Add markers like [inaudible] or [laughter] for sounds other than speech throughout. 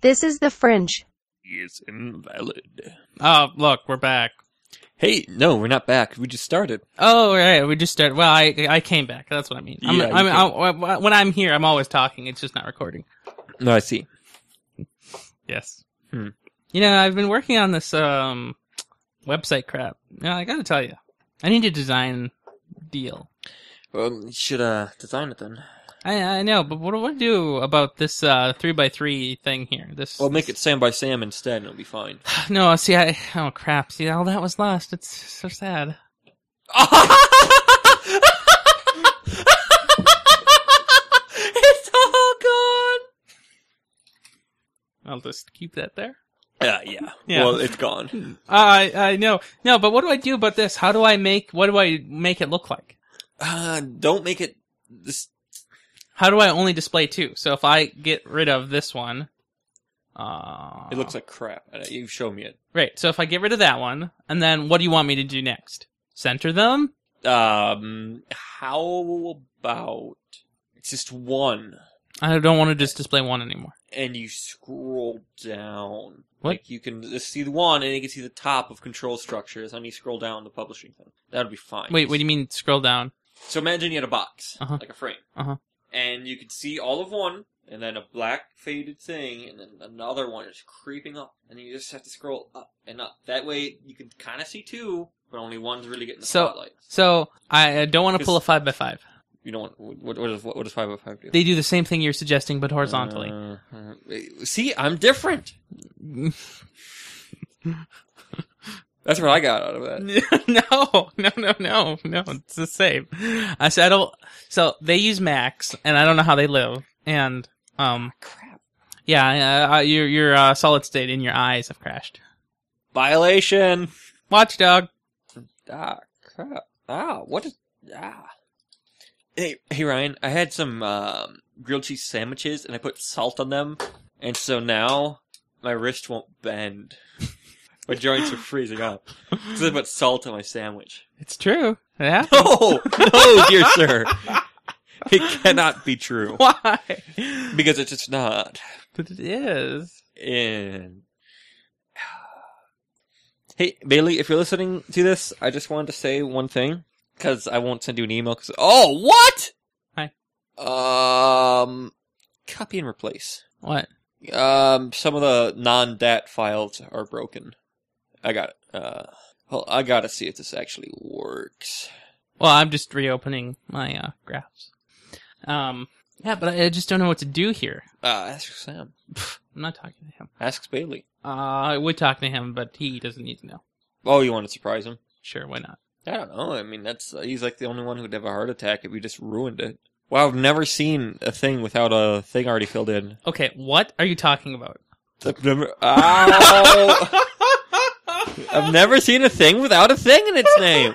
This is the fringe. It's invalid. Oh, look, we're back. Hey, no, we're not back. We just started. Oh, right. We just started. Well, I I came back. That's what I mean. I'm, Yeah, you I'm, I'm, I'm- when I'm here, I'm always talking. It's just not recording. No, I see. Yes. Hmm. You know, I've been working on this um website crap. Now I got to tell you, I need a design deal. Well, you should uh design it then. I I know, but what do I do about this uh three by three thing here? This Well, make it Sam by Sam instead, and it'll be [laughs] fine. [sighs] no. See, I oh crap. See, all that was lost. It's so sad. Ah, [laughs] it's all gone. I'll just keep that there. Yeah, yeah, Hmm. Yeah. Well, it's gone. I I know. No, but what do I do about this? How do I make? What do I make it look like? Uh, don't make it this. How do I only display two? So if I get rid of this one, uh, It looks like crap. Uh, You show me it. right. So if I get rid of that one, and then what do you want me to do next? Center them? Um, how about it's just one, I don't want to just display one anymore. and you scroll down. What? Like you can just see the one, and you can see the top of control structures, and you scroll down the publishing thing. That'd be fine. Wait, what do you mean? Scroll down. So imagine you had a box, Uh-huh. like a frame, Uh-huh. and you could see all of one, and then a black faded thing, and then another one is creeping up, and then you just have to scroll up and up. That way, you can kind of see two, but only one's really getting the So- spotlight. So I I don't want to pull a five by five. You don't want what what does what, does five by five do? They do the same thing you're suggesting, but horizontally. Uh, uh, see, I'm different. Uh, [laughs] That's what I got out of that. [laughs] no, no, no, no, no. It's the same. I said, I don't. So they use Macs, and I don't know how they live. And um, Crap. yeah, uh, uh, your your uh, solid state in your eyes have crashed. Violation. Watchdog. Ah, crap. Ah, what is. Ah. Hey, hey, Ryan, I had some um, grilled cheese sandwiches and I put salt on them, and so now my wrist won't [laughs] bend. my joints are freezing [laughs] up. So I put salt on my [laughs] sandwich. It's true. Yeah. [laughs] No! No, dear sir! It cannot be true. [laughs] Why? Because it's just not. But it is. And. [sighs] Hey, Bailey, if you're listening to this, I just wanted to say one thing because I won't send you an email. Cause, oh, what? Um, copy and replace. What? Um, some of the non-dat files are broken. I got it. Uh, well, I gotta see if this actually works. Well, I'm just reopening my uh, graphs. Um. Yeah, but I, I just don't know what to do here. Uh, ask Sam. I'm not talking to him. Ask Bailey. Uh, I would talk to him, but he doesn't need to know. Oh, you want to surprise him? Sure, why not? I don't know. I mean, that's he's like the only one who'd have a heart attack if you just ruined it. Wow, I've never seen a thing without a thing already filled in. Okay, what are you talking about? I've never, [laughs] Ow! I've never seen a thing without a thing in its name.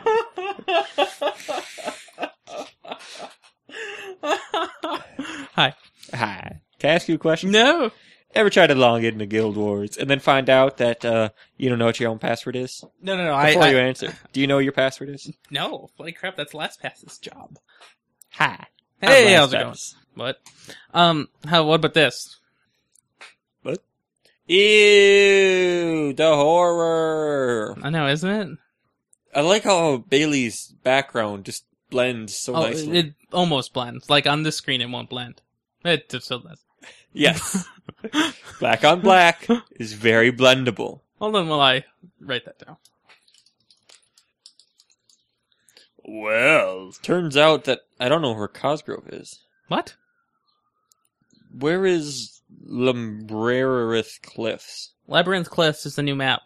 Hi. Hi. Can I ask you a question? No. Ever tried to log into Guild Wars and then find out that uh, you don't know what your own password is? No, no, no. I, Before I you answer, do you know what your password is? no. Holy crap! That's LastPass's job. Hi. Hey, I'm how's it going? LastPass. What? Um. How? What about this? Ew, the horror. I know, isn't it? I like how Bailey's background just blends so oh, nicely. it almost blends. Like on this screen, it won't blend. It just still does. yes. black on black is very blendable. Hold on while I write that down. Well, turns out that I don't know where Cosgrove is. What? Where is Lumbrerith Cliffs? Labyrinth Cliffs is the new map.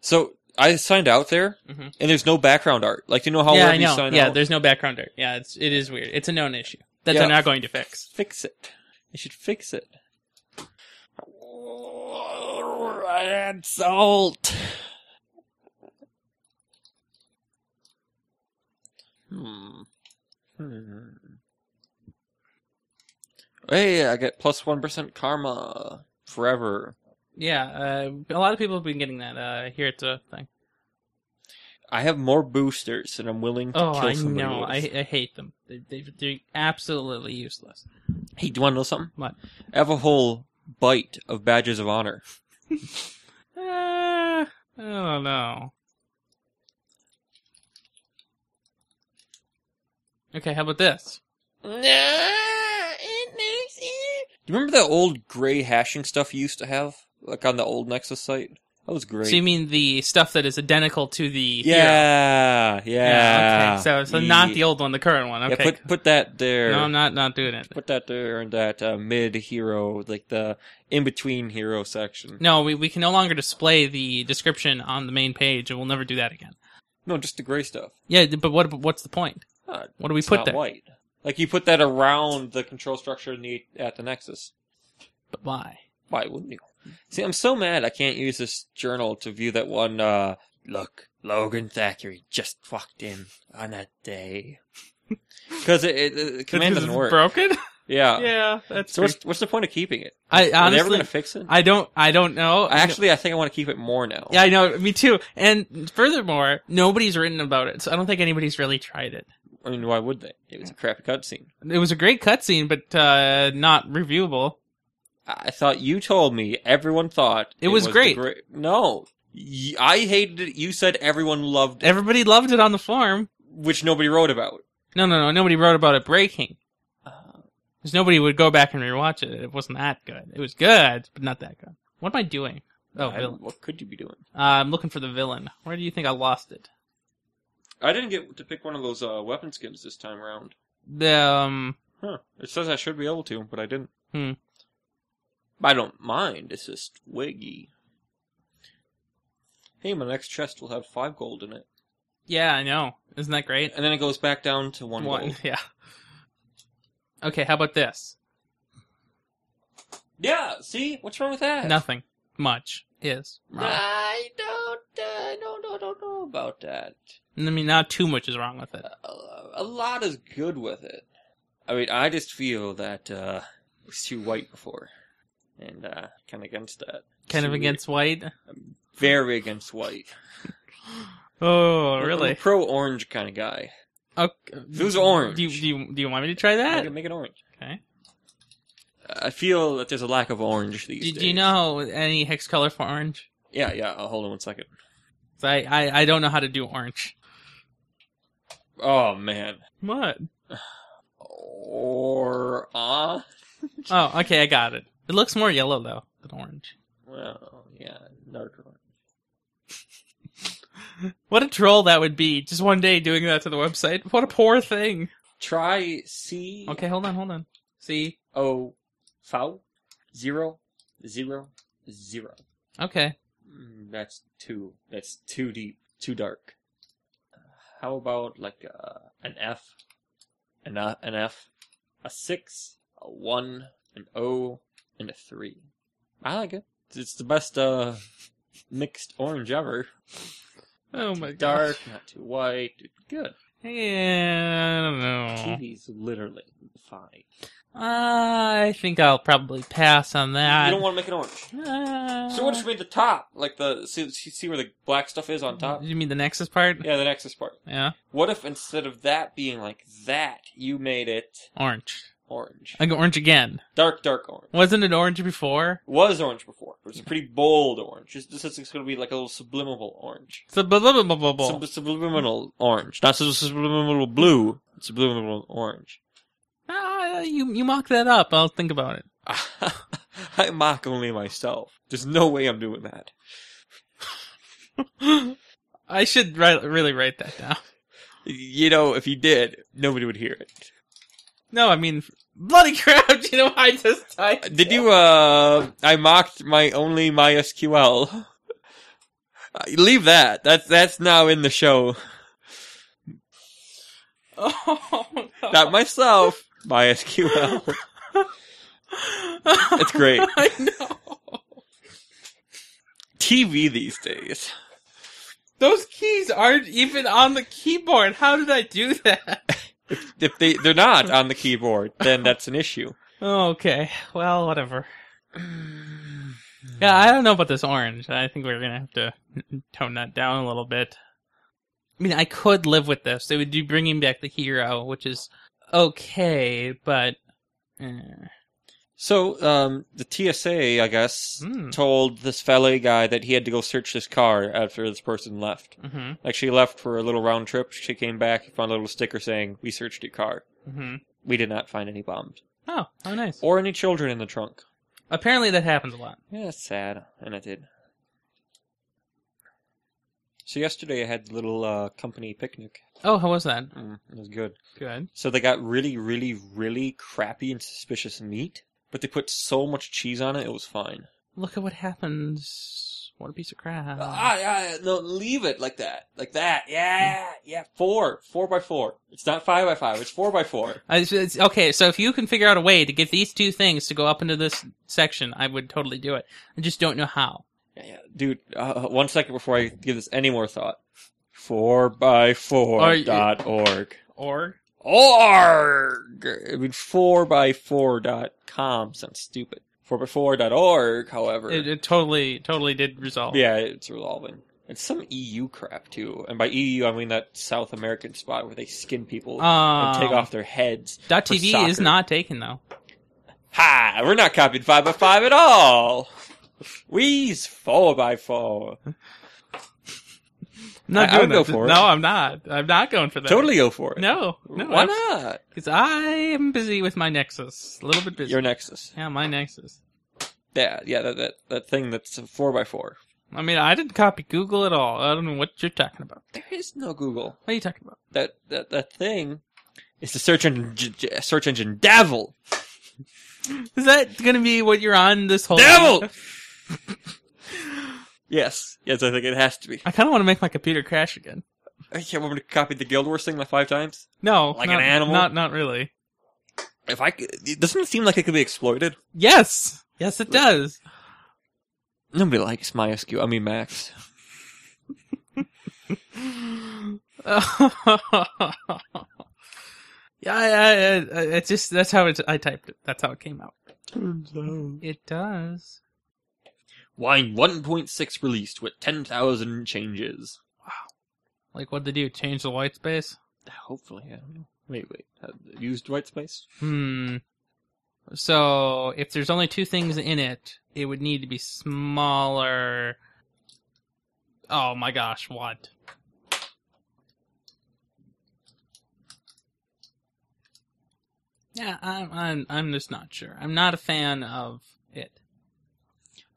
So I signed out there, Mhm. and there's no background art. Like you know how yeah, whenever I know. you sign yeah, out, there's no background art. Yeah, it's it is weird. It's a known issue that Yeah. they're not going to fix. fix it. They should fix it. Add salt. Hmm. Hmm. Hey, I get plus one percent karma forever. Yeah, uh, a lot of people have been getting that uh, here at the thing. I have more boosters than I'm willing to Oh, kill I somebody know. I, with. I hate them. They, they, they're absolutely useless. Hey, do you want to know something? What? I have a whole bite of badges of honor? Uh, I don't know. Okay, how about this? Do you remember that old gray hashing stuff you used to have, like on the old Nexus site? That was great. So you mean the stuff that is identical to the hero? yeah, yeah, Yeah, Okay. So, so not Yeah. the old one, the current one. Yeah, Okay. put put that there. no, I'm not not doing it. Put that there in that uh, mid hero, like the in between hero section. No, we, we can no longer display the description on the main page, and we'll never do that again. No, just the gray stuff. Yeah, but what what's the point? Uh, What do we it's put not there? white. Like you put that around the control structure in the, at the Nexus. But why? Why wouldn't you? See, I'm so mad I can't use this journal to view that one. uh Look, Logan Thackeray just walked in on that [laughs] day. Because it, it, the command Because doesn't it's work. Broken? Yeah. [laughs] yeah, that's. So what's, what's the point of keeping it? Are I they ever honestly, going to fix it? I don't, I don't know. I actually, I think I want to keep it more now. yeah, I know. Me too. And furthermore, nobody's written about it, so I don't think anybody's really tried it. I mean, why would they? It was a crappy cutscene. It was a great cutscene, but uh, not reviewable. I I thought you told me everyone thought It was the great. gre- no, Y- I hated it. You said everyone loved it, Everybody loved it on the forum. which nobody wrote about. No, no, no. Nobody wrote about it breaking. Uh, Because nobody would go back and rewatch it. It wasn't that good. It was good, but not that good. What am I doing? Oh, I- villain. what could you be doing? Uh, I'm looking for the villain. Where do you think I lost it? I didn't get to pick one of those uh, weapon skins this time around. The, um, Huh. It says I should be able to, but I didn't. Hmm. I don't mind. It's just wiggy. Hey, my next chest will have five gold in it, yeah, I know. Isn't that great? and then it goes back down to one, One, gold. yeah. Okay, how about this? Yeah. See, what's wrong with that? Nothing much is wrong. I don't, uh, no, no, don't know about that. I mean, not too much is wrong with it. A, a lot is good with it. I mean, I just feel that uh, it was too white before, and uh, kind of against that. Kind of Too- against white. very against white. Oh, I'm a really? pro orange kind of guy. Okay. If it was orange, Do you, do you do you want me to try make, that? it, make it orange. Okay. I feel that there's a lack of orange these Do, days. do you know any hex color for orange? Yeah, yeah. Uh, hold on one second. 'Cause I, I I don't know how to do orange. Oh man. What? Or ah. Oh, okay, I got it. It looks more yellow though than orange. Well, yeah, dark orange. What a troll that would be! Just one day doing that to the website. What a poor thing. Try C. Okay, hold on, hold on. See? O foul zero zero zero. Okay. Mm, That's too. That's too deep. Too dark. How about like uh, an F, an uh, an F, a six, a one, an O, and a three. I like it. It's the best uh mixed orange ever. Oh my god. Dark, not too white. Good. Yeah, I don't know. Kiwi's literally fine. I think I'll probably pass on that. you don't want to make it orange. Uh, So what if we made the top? Like the see, see where the black stuff is on top? You mean the Nexus part? Yeah, the Nexus part. Yeah. What if instead of that being like that, you made it Orange. orange? I go orange again. Dark, dark orange. Wasn't it orange before? Was orange before. It was a pretty bold orange. This, this is going to be like a little subliminal orange. It's a blah, blah, blah, blah, blah. Sub- subliminal orange. Not sub- subliminal blue. Subliminal orange. [laughs] Ah, you you mock that up. I'll think about it. I mock only myself. There's no way I'm doing that. [gasps] I should write, really write that down. You know, if you did, nobody would hear it. No, I mean, bloody crap! [laughs] You know, I just [laughs] typed. Did you, uh, I mocked my only MySQL. Uh, [laughs] Leave that. That's, that's now in the show. Oh no! Not myself, MySQL. It's great. [laughs] I know. TV these days. Those keys aren't even on the keyboard. How did I do that? If they, they're not on the keyboard, then that's an issue. okay. Well, whatever. Yeah, I don't know about this orange. I think we're gonna have to tone that down a little bit. I mean, I could live with this. They would be bringing back the hero, which is okay, but eh. So, um, the TSA, I guess, Mm. told this valet guy that he had to go search this car after this person left. hmm Like, she left for a little round trip. She came back, found a little sticker saying, We searched your car. hmm We did not find any bombs Oh, how nice. or any children in the trunk. Apparently that happens a lot. Yeah, it's sad, and it did. So yesterday I had a little uh, company picnic. Oh, how was that? Mm, it was good. Good. So they got really, really, really crappy and suspicious meat, but they put so much cheese on it, it was fine. Look at what happens. What a piece of crap. Ah, yeah, no, leave it like that, like that. Yeah, yeah, four, four by four. It's not five by five. It's four by four. I, it's- it's- okay, so if you can figure out a way to get these two things to go up into this section, I would totally do it. I just don't know how. Yeah, yeah. dude. Uh, one second before I give this any more thought. Four by four Are you- dot org. Or org. I mean, four by four dot com sounds stupid. Four by four dot org, however, it, it totally, totally did resolve. yeah, it's resolving. It's some EU crap too, and by EU I mean that South American spot where they skin people and Um, take off their heads. Dot for TV is soccer. not taken though. Ha! We're not copying five by five at all. We's four by four. I'm not I- I would doing go that. for it. No, I'm not. I'm not going for that. Totally go for it. No. No. why not? Because I am busy with my Nexus. A little bit busy. Your Nexus. yeah, my Nexus. Yeah, yeah, that that, that thing that's a four by four. I mean, I didn't copy Google at all. I don't know what you're talking about. There is no Google. What are you talking about? that that, that thing is the search engine j- j- search engine devil Is that going to be what you're on this whole? devil yes yes i think it has to be I kind of want to make my computer crash again. i can't remember to copy the guild wars thing like five times No, Like not- an animal? Not, not really. if i could- it doesn't seem like it could be exploited Yes, yes, it does. nobody likes mysql i mean max [laughs] yeah, I, I, I, it's just that's how it. I typed it. That's how it came out. It does. wine 1.6 released with 10000 changes Like, what would they do? Change the white space? hopefully i don't know wait wait uh, used white space Hmm. So, if there's only two things in it, it would need to be smaller. Oh my gosh, what? Yeah, I'm, I'm, I'm just not sure. I'm not a fan of it.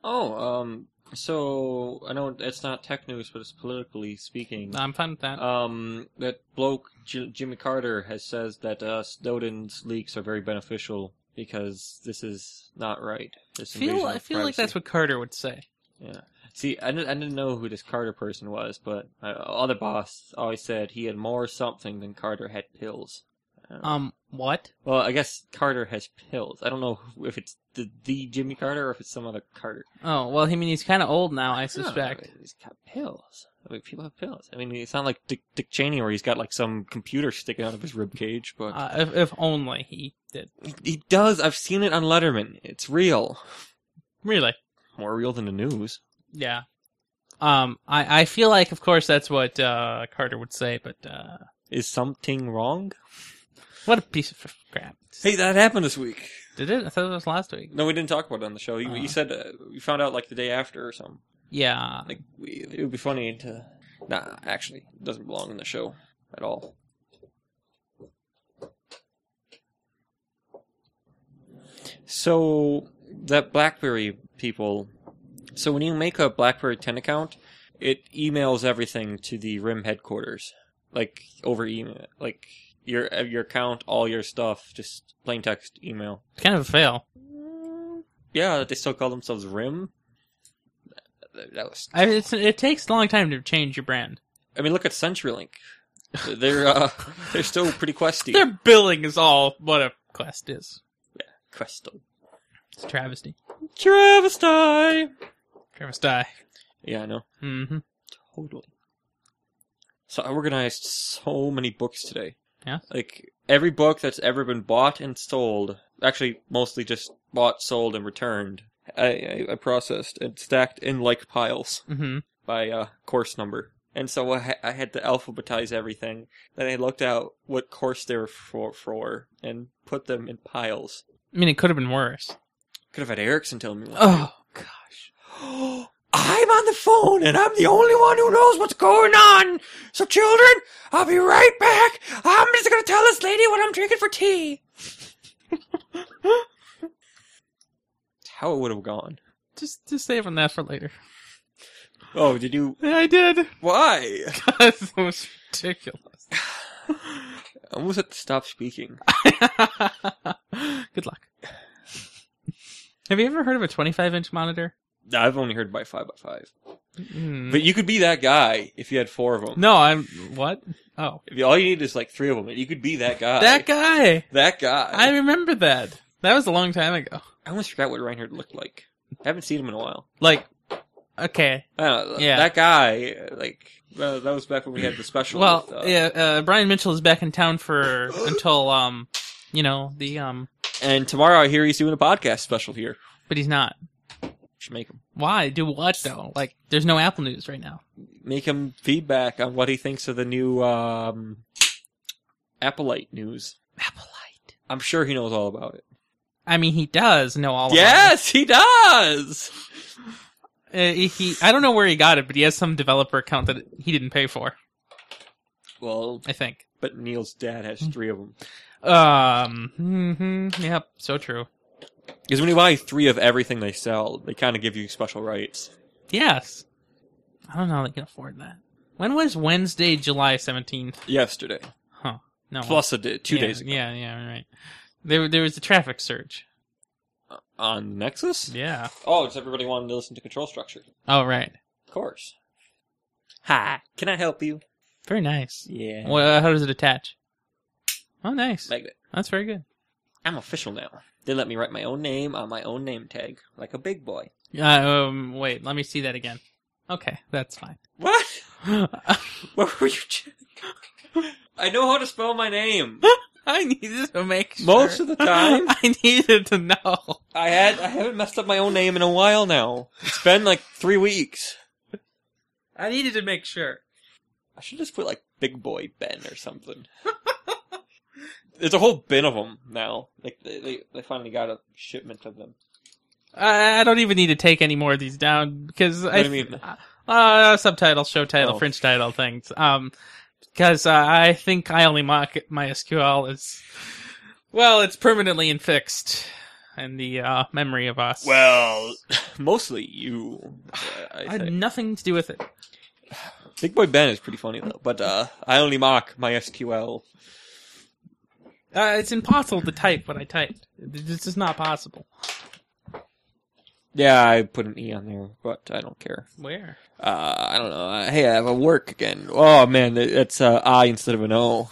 oh um so i know it's not tech news but it's politically speaking I'm fine with that. um, that bloke J- Jimmy Carter has says that uh, Snowden's leaks are very beneficial because this is not right. This I feel, invasion I of feel like privacy. that's what Carter would say. See, I didn't, I didn't know who this Carter person was, but uh, other boss always said he had more something than Carter had pills. I don't know. Um, what? well, I guess Carter has pills. I don't know if it's the, the Jimmy Carter or if it's some other Carter. Oh, well, I mean, he's kind of old now, I suspect. No, he's got pills. I mean, people have pills. I mean, it's not like Dick, Dick Cheney where he's got like some computer sticking out of his rib cage, but Uh, if, if only he did. He- He does. I've seen it on Letterman. It's real. Really? More real than the news. Yeah. Um, I, I feel like, of course, that's what uh, Carter would say, but uh, Is something wrong? what a piece of crap. Hey, that happened this week. Did it? I thought it was last week. No, we didn't talk about it on the show. You, Uh-huh. you said uh, you found out like the day after or something. Yeah. Like we, it would be funny to. Nah, actually, it doesn't belong in the show at all. So that BlackBerry people. So when you make a BlackBerry 10 account, it emails everything to the RIM headquarters, like over email, like your your account, all your stuff, just plain text email. It's kind of a fail. Yeah, they still call themselves RIM. That- That was I, it's, it takes a long time to change your brand. I mean, look at CenturyLink. They're uh, [laughs] they're still pretty questy. Their billing is all what a quest is. questy. It's a travesty. Travesty. Travesty. Yeah, I know. Mm-hmm. Totally. So I organized so many books today. Yeah? Like every book that's ever been bought and sold, actually mostly just bought, sold, and returned. I, I, I processed and stacked in like piles Mm-hmm. by uh, course number. And so I, ha- I had to alphabetize everything. Then I looked out what course they were for, for and put them in piles. I mean, it could have been worse. Could have had Erickson tell me. what Oh gosh. to do. [gasps] I'm on the phone and I'm the only one who knows what's going on. So, children, I'll be right back. I'm just gonna tell this lady what I'm drinking for tea. That's How it would have gone. Just just save on that for later. Oh, did you? Yeah, I did. [laughs] Why? that was ridiculous. [laughs] [laughs] I almost had to stop speaking. Good luck. Have you ever heard of a 25 inch monitor? I've only heard by five by five. Mm. But you could be that guy if you had four of them. No, I'm what? Oh, If you- all you need is like three of them, you could be that guy. that guy. That guy. I i remember that. That was a long time ago. almost forgot what Reinhardt looked like. I haven't seen him in a while. Like, okay. I don't know, Yeah. That guy, like, uh, that was back when we had the special. Well, with, uh, yeah. Uh, Brian Mitchell is back in town for [gasps] until um, you know the um, And tomorrow I hear he's doing a podcast special here. but he's not. Should make him. Why do what though? Like, there's no Apple News right now. Make him feedback on what he thinks of the new, um, Applite news. Applelite. I'm sure he knows all about it. I mean, he does know all. About yes, he does! it. Uh, he. I don't know where he got it, but he has some developer account that he didn't pay for. Well, I think. but Neil's dad has three of them. Um. hmm yep. So true. Because when you buy three of everything they sell, they kind of give you special rights. Yes. I don't know how they can afford that. When was Wednesday, July seventeenth? Yesterday. Huh. No. Plus a day, two yeah, days ago. Yeah. Yeah. Right. There. There was a traffic surge. On Nexus? Yeah. Oh, does everybody want to listen to Control Structure? Oh right. Of course. Hi, can I help you? Very nice. Yeah. Well, uh, how does it attach? Oh, nice. Magnet. That's very good. I'm official now. They let me write my own name on my own name tag, like a big boy. Uh, um. Wait. Let me see that again. Okay. That's fine. What? [laughs] [gasps] What were you? ch- [laughs] I know how to spell my [laughs] name. [laughs] I needed to make sure. Most of the time. [laughs] I needed to know. I had I haven't messed up my own name in a while now. It's been like three weeks. I needed to make sure. I should just put like Big Boy Ben or [laughs] something. There's a whole bin of them now. Like they, they, they finally got a shipment of them. I I don't even need to take any more of these down because I do you mean? uh, subtitle, show title, Oh. French title things. Um, because uh, I think I only mock MySQL is well, it's permanently infixed in the uh, memory of us. Well, [laughs] mostly you. I I had think. nothing to do with it. Big Boy Ben is pretty funny though, but uh, I only mock my SQL. Uh, it's impossible to type what I typed. This is not possible. Yeah, I put an e on there, but I don't care. Where? Uh, I don't know. Uh, hey, I have a work again. Oh man, that- that's uh, I instead of an O.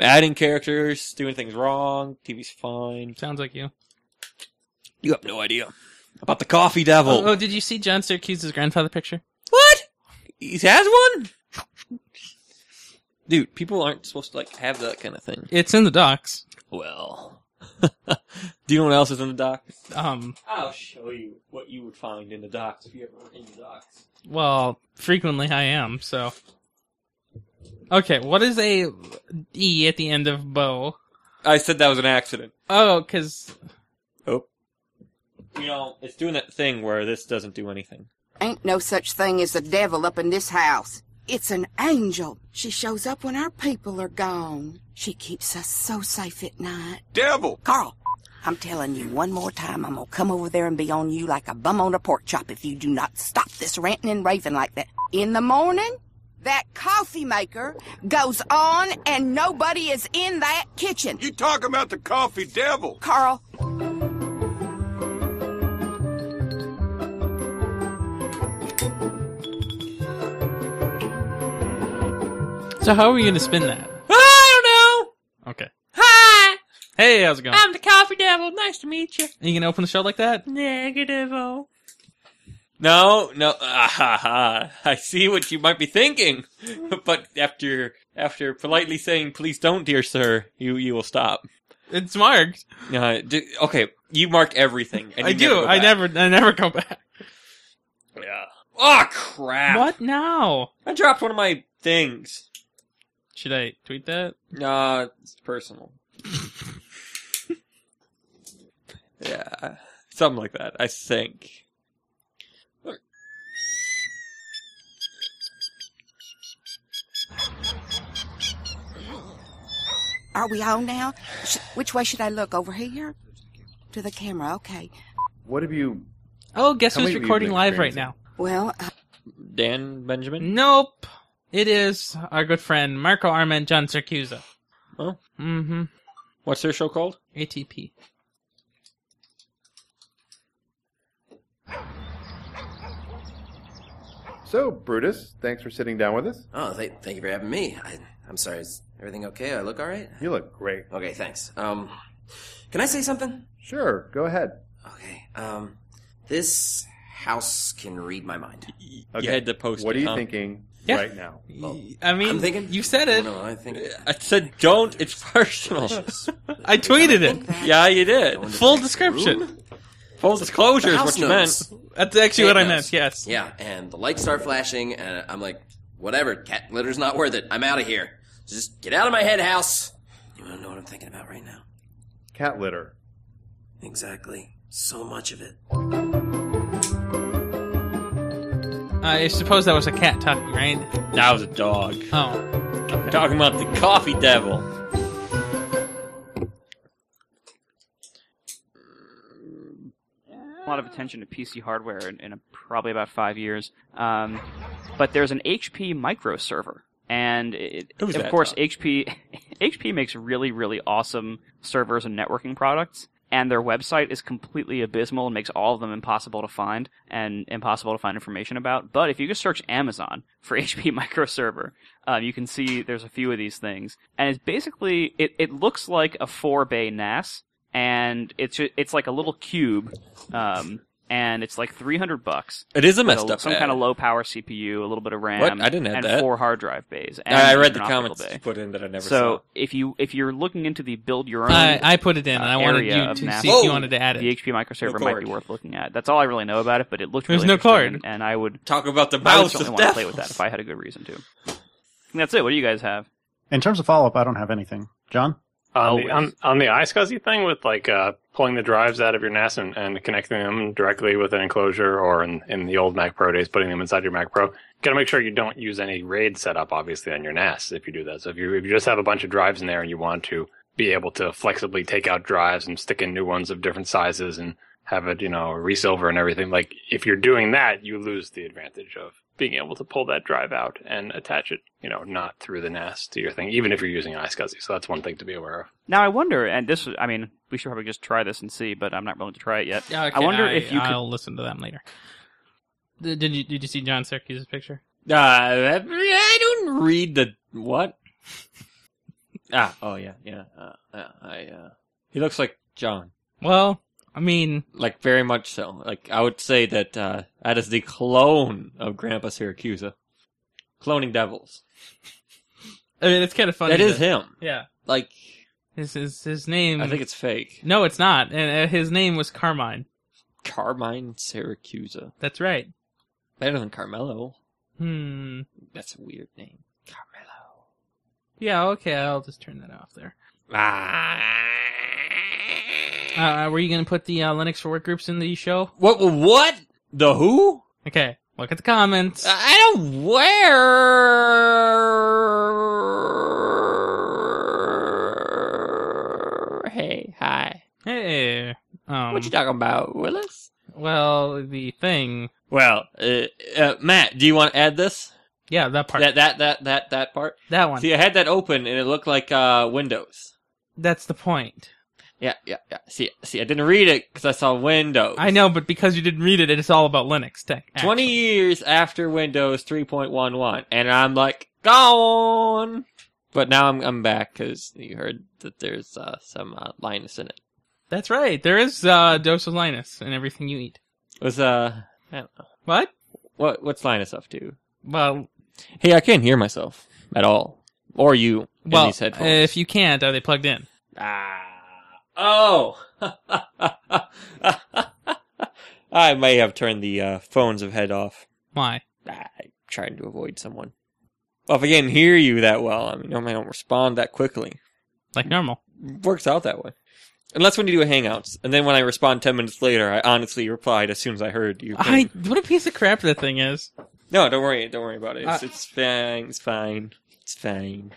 Adding characters, doing things wrong. TV's fine. Sounds like you. You have no idea about the coffee devil. Oh, oh, did you see John Syracuse's grandfather picture? What? He has one? Dude, people aren't supposed to like have that kind of thing. It's in the docs. Well, [laughs] do you know what else is in the dock? Um, I'll show you what you would find in the docks if you ever were in the docks. Well, frequently I am, so. Okay, what is a E at the end of bow? I said that was an accident. Oh, because. Oh. You know, it's doing that thing where this doesn't do anything. Ain't no such thing as the devil up in this house. It's an angel. She shows up when our people are gone. She keeps us so safe at night. devil. Carl, I'm telling you one more time, I'm gonna come over there and be on you like a bum on a pork chop if you do not stop this ranting and raving like that. In the morning, that coffee maker goes on and nobody is in that kitchen. You talking about the coffee devil? Carl, So, how are we going to spin that? I don't know! Okay. Hi! Hey, how's it going? the coffee devil. Nice to meet you. you going to open the show like that? Negative O. No, no, [laughs] ah, ha, ha. I see what you might be thinking, [laughs] but after after politely saying "please don't, dear sir," you you will stop. It's marked. Uh, d- okay, you mark everything. And I you never do. go I back. never I never go back. Yeah. Oh crap! What now? I dropped one of my things. Should I tweet that? Nah, [laughs] it's personal. yeah. Something like that, I think. Are we on now? Sh- which way should I look? Over here? To the camera, okay. What have you? Oh, guess How who's many of you recording been live right now? experiencing? Well, uh, Dan Hmm? Benjamin? Nope. It is our good friend Marco Arman John Sircusa. Oh. Mm-hmm. What's their show called? ATP. So, Brutus, thanks for sitting down with us. Oh, th- thank you for having me. I, I'm sorry. Is everything okay? I look all right? You look great. Okay, thanks. Um, can I say something? Sure, go ahead. Okay. Um, this house can read my mind. Okay. You had to post What it, are you huh? thinking Yeah. right now? I mean, I'm thinking. you said it. No, I think. I said, don't, it's [laughs] personal. [laughs] I tweeted it. yeah, you did. Full description. Full disclosure The is house what you knows. meant. That's actually what I It meant. does. Yes. Yeah, and the lights start flashing, and I'm like, whatever, cat litter's not worth it. I'm out of here. Just get out of my head, house. You want to know what I'm thinking about right now? Cat litter. Exactly. So much of it. I suppose that was a cat talking, right? That was a dog. Oh, Talking about the coffee devil. a lot of attention to PC hardware in, in a, probably about five years. Um, but there's an HP micro server, and it, Who's of that, course, Tom? [laughs] HP HP makes really really awesome servers and networking products. And their website is completely abysmal and makes all of them impossible to find and impossible to find information about. But if you just search Amazon for [laughs] HP micro server, um, you can see there's a few of these things, and it's basically it, it looks like a four bay NAS, and it's ju- it's like a little cube, um, and it's like three hundred bucks. It is a with a- messed up some ad. kind of low power CPU, a little bit of RAM. What? I didn't have and that. four hard drive bays. And I I read the an optical comments bay. you put in that I never So if you if you're looking into the build your own, I, I put it in, uh, and I wanted area you of to NASA. see if you Whoa. wanted to add the it. HP micro server No might be cord. worth looking at. That's all I really know about it, but it looked There's really no interesting, cord. and, and I would saw. Talk about the I would mouse of certainly devils. want to play with that if I had a good reason to. And that's it. What do you guys have? In terms of follow up, I don't have anything. John? On Always. the, on, on the iSCSI thing with like uh, pulling the drives out of your NAS and, and connecting them directly with an enclosure or in, in the old Mac Pro days, putting them inside your Mac Pro. Got to make sure you don't use any RAID setup, obviously, on your NAS if you do that. So if you, if you just have a bunch of drives in there and you want to be able to flexibly take out drives and stick in new ones of different sizes and have it, you know, resilver and everything, like if you're doing that, you lose the advantage of being able to pull that drive out and attach it, you know, not through the NAS to your thing, even if you're using iSCSI. So that's one thing to be aware of. Now I wonder, and this I mean, we should probably just try this and see, but I'm not willing to try it yet. Yeah, okay, I wonder if you could I'll listen to them later. D- Did you Did you see John Syracuse's picture? Uh, I don't read the what. [laughs] Ah, oh yeah, yeah. Uh, uh, I uh, he looks like John, Well, I mean, like very much so. Like I would say that uh, that is the clone of Grandpa Syracusa, cloning devils. I mean, it's kind of funny. that is him. Yeah, Like his his his name. I Hmm. think it's fake. no, it's not. And uh, his name was Carmine. Carmine Syracusa, That's right. better than Carmelo. Hmm. That's a weird name, Carmelo. Yeah. Okay. I'll just turn that off there. Ah. Uh, were you going to put the uh, Linux for Work groups in the show? What? What? The who? Okay. Look at the comments. I don't wear. Hey, hi. hey. Um, what you talking about, Willis? well, the thing. Well, uh, uh, Matt, do you want to add this? Yeah, that part. That that that that that part. that one. See, I had that open and it looked like uh, Windows. That's the point. Yeah, yeah, yeah. See, see, I didn't read it because I saw Windows. I know, but because you didn't read it, it's all about Linux tech. actually. 20 years after Windows 3.11, and I'm like, gone! But now I'm, I'm back because you heard that there's uh, some uh, Linus in it. That's right. There is uh, dose of Linus in everything you eat. It was, uh, I don't know. What? What, what's Linus up to? Well, Hey, I can't hear myself at all. Or you in well, these headphones. if you can't, are they plugged in? Ah. Oh! [laughs] I may have turned the uh, phones of head off. Why? I trying to avoid someone. Well, if I can't hear you that well, I mean, I don't respond that quickly. Like normal. works out that way. Unless when you do Hangouts, and then when I respond ten minutes later, I honestly replied as soon as I heard you. I what a piece of crap that thing is. No, don't worry, don't worry about it. It's, I- it's fine, it's fine, it's fine,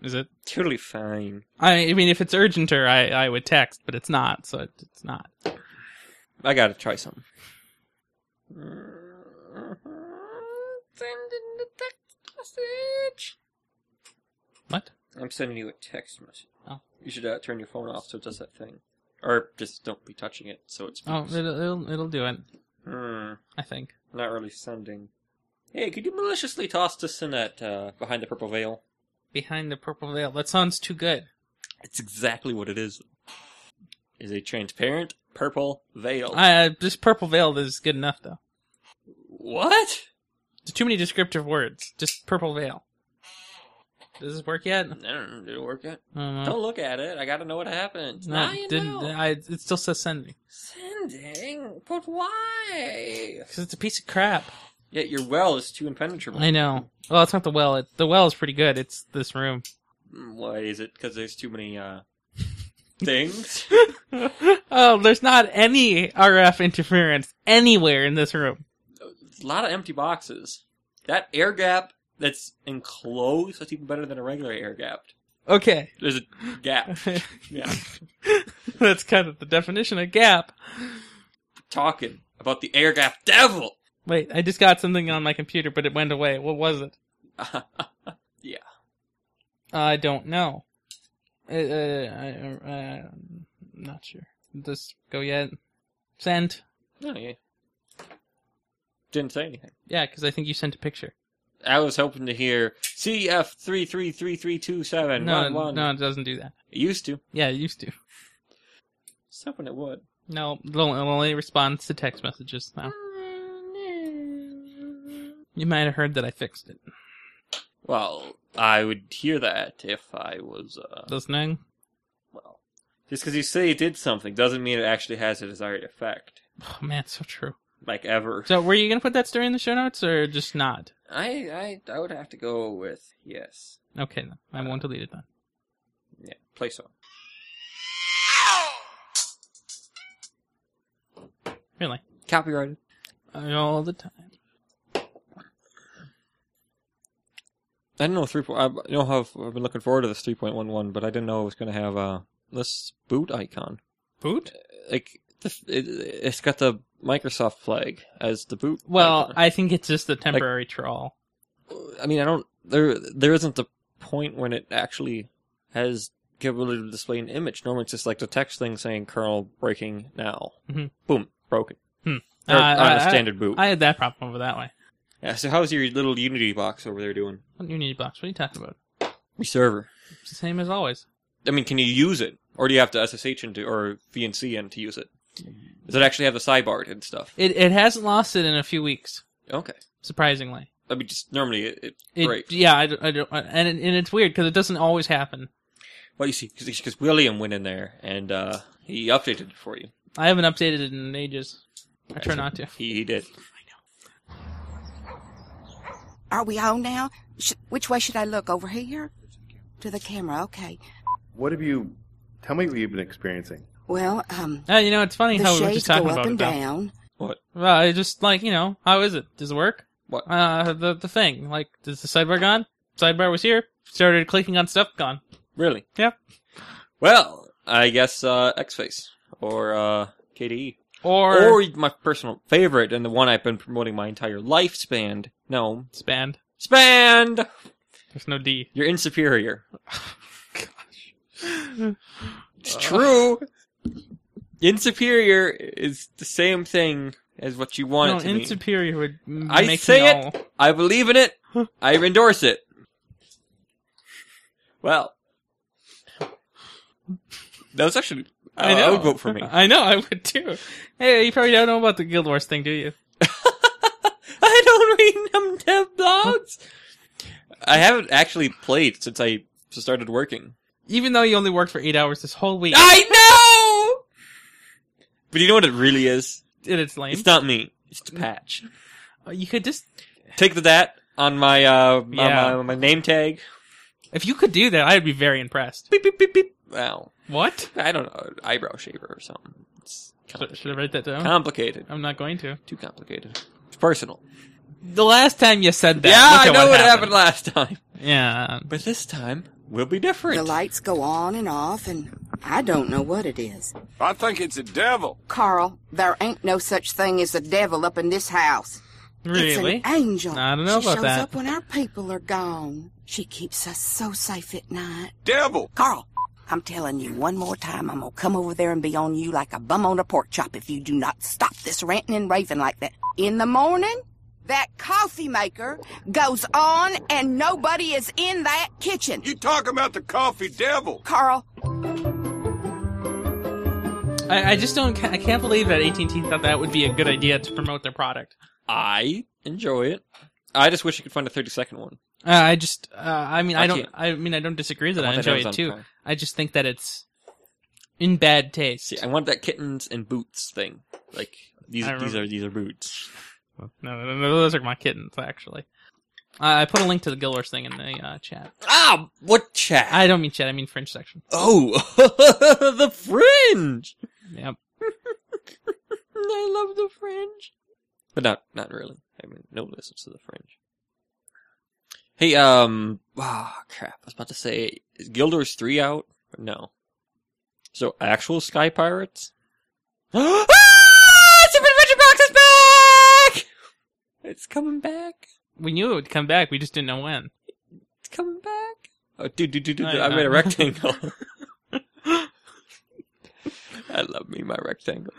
Is it? totally fine. I I mean, if it's urgenter, I I would text, but it's not, so it, it's not. I gotta try something. What? I'm sending you a text message. Oh. You should uh, turn your phone off so it does that thing, or just don't be touching it so it's. Oh, it'll it'll, it'll do it. Hmm. I think. Not really sending. Hey, could you maliciously toss this in that uh, behind the purple veil? Behind the purple veil. That sounds too good. It's exactly what it is. Is a transparent purple veil. Uh, this purple veil is good enough though. What? There's too many descriptive words. Just purple veil. Does this work yet? I don't know. Did it work yet? I don't know. Don't look at it. I gotta know what happened. No, now you it didn't. uh, know. I, it still says send me Sending? But why? because it's a piece of crap. Yet your well is too impenetrable. I know. Well, it's not the well. It, the well is pretty good. It's this [laughs] room. Why is it? Because there's too many [laughs] uh things. oh, there's not any RF interference anywhere in this room. a lot of empty boxes. That air gap that's enclosed. That's even better than a regular air gap. Okay. [laughs] There's a gap. Yeah. That's kind of the definition of gap. Talking about the air gap devil. [laughs] Wait, I just got something on my computer, but it went away. What was it? I don't know. Uh, uh, I, I, I'm not sure. Did this go yet? Send. no, yeah. Didn't say anything. Yeah, because I think you sent a picture. I was hoping to hear CF three three three three two seven no, one one. no, it doesn't do that. It used to. Yeah, it used to. Something it would. No, it only- it only responds to text messages now. You might have heard that I fixed it. Well, I would hear that if I was. Uh, Listening? well, just because you say it did something doesn't mean it actually has a desired effect, Oh, man, so true. like ever. So, were you going to put that story in the show notes or just not? I, I, I would have to go with yes. Okay, then. I won't delete it then. Yeah, play song. Really? Copyrighted. All the time. I didn't know three. po- I I know how I've been looking forward to this three point one one, but I didn't know it was going to have uh, this boot icon. Boot? Like the, f- it, it's got the Microsoft flag as the boot. Well, icon. I think it's just the temporary troll. I mean, I don't. There, there isn't the point when it actually has capability to display an image. Normally, it's just like the text thing saying "kernel breaking now." Mhm. Boom, broken. Hmm. Or Uh, on I- a I- standard boot. I had that problem over that way. yeah. So, how's your little Unity box over there doing? What Unity box? What are you talking about? Your server. It's the same as always. I mean, can you use it, or do you have to SSH into or VNC in to use it? Does it actually have the sidebar and stuff? It it hasn't lost it in a few weeks, okay. surprisingly. I mean, just normally it, it, It, breaks. Yeah, I, don't- I don't, and it, and it's weird because it doesn't always happen. Well, you see, because William went in there and uh, he updated it for you. I haven't updated it in ages. I try not to. He, he did. Are we on now? Sh- which way should I look? Over here? To the camera, okay. What have you? Tell me what you've been experiencing. Well, um, Uh, you know, it's funny the how we were shades just go talking up about and it. though. down. What? Well, I just like you know, how is it? Does it work? What? Uh, the the thing like, is the sidebar gone? Sidebar was here. Started clicking on stuff. Gone. Really? Yep. Well, I guess uh, X-Face or uh, KDE. Or, Or my personal favorite and the one I've been promoting my entire lifespan. No. expand. Spand! There's no D. You're in [laughs] superior. It's true. In superior is the same thing as what you want No, it to mean. Insuperior would m- I make say me it. all- I believe in it. I endorse it. Well, that was actually. I, I would vote for [laughs] me. I know, I would too. Hey, you probably don't know about the Guild Wars thing, do you? [laughs] I don't read them dev blogs. I haven't actually played since I started working. Even though you only worked for eight hours this whole week, Ah! I know. But you know what it really is? and it's lame. Uh, It's not me. It's the patch. you could just, Take the that on my uh on Yeah. my, my name tag. if you could do that, I'd be very impressed. Beep beep beep beep. Well, What? I don't know, eyebrow shaver or something. It's Should, complicated. should I write that down? complicated. I'm not going to. Too complicated. It's personal. The last time you said that. yeah, I look at know what happened. happened last time, Yeah. but this time will be different. The lights go on and off, and I don't know what it is. I think it's a devil. Carl, there ain't no such thing as a devil up in this house. Really? ah. It's an angel. I don't know she about shows that. up when our people are gone. She keeps us so safe at night. Devil. Carl, I'm telling you one more time, I'm gonna come over there and be on you like a bum on a pork chop if you do not stop this ranting and raving like that. In the morning, that coffee maker goes on and nobody is in that kitchen. You talking about the coffee devil? Carl, I, I just don't. ca- I can't believe that AT&T thought that would be a good idea to promote their product. I enjoy it. I just wish I could find a thirty-second one. Uh, I just. Uh, I mean, I, I don't. can't. I mean, I don't disagree that I I, want that enjoy Amazon it too. Prime. I just think that it's in bad taste. See, I want that kittens and boots thing. Like these, I these remember- are these are boots. no, no, no, those are my kittens actually. Uh, I put a link to the Gillers thing in the uh, chat. Ah, what chat? I don't mean chat. I mean French section. Oh, [laughs] the fringe. Yep. I love the fringe, but not not really. I mean, no listens to the fringe. Hey, um, ah, crap. I was about to say, is Gilders three out? No. So actual Sky Pirates. [gasps] ah, Super Adventure Box is back. It's coming back. We knew it would come back. We just didn't know when. It's coming back. Oh, dude, dude, dude, dude! No, dude, you're I made a not. rectangle. [laughs] [laughs] I love me my rectangle.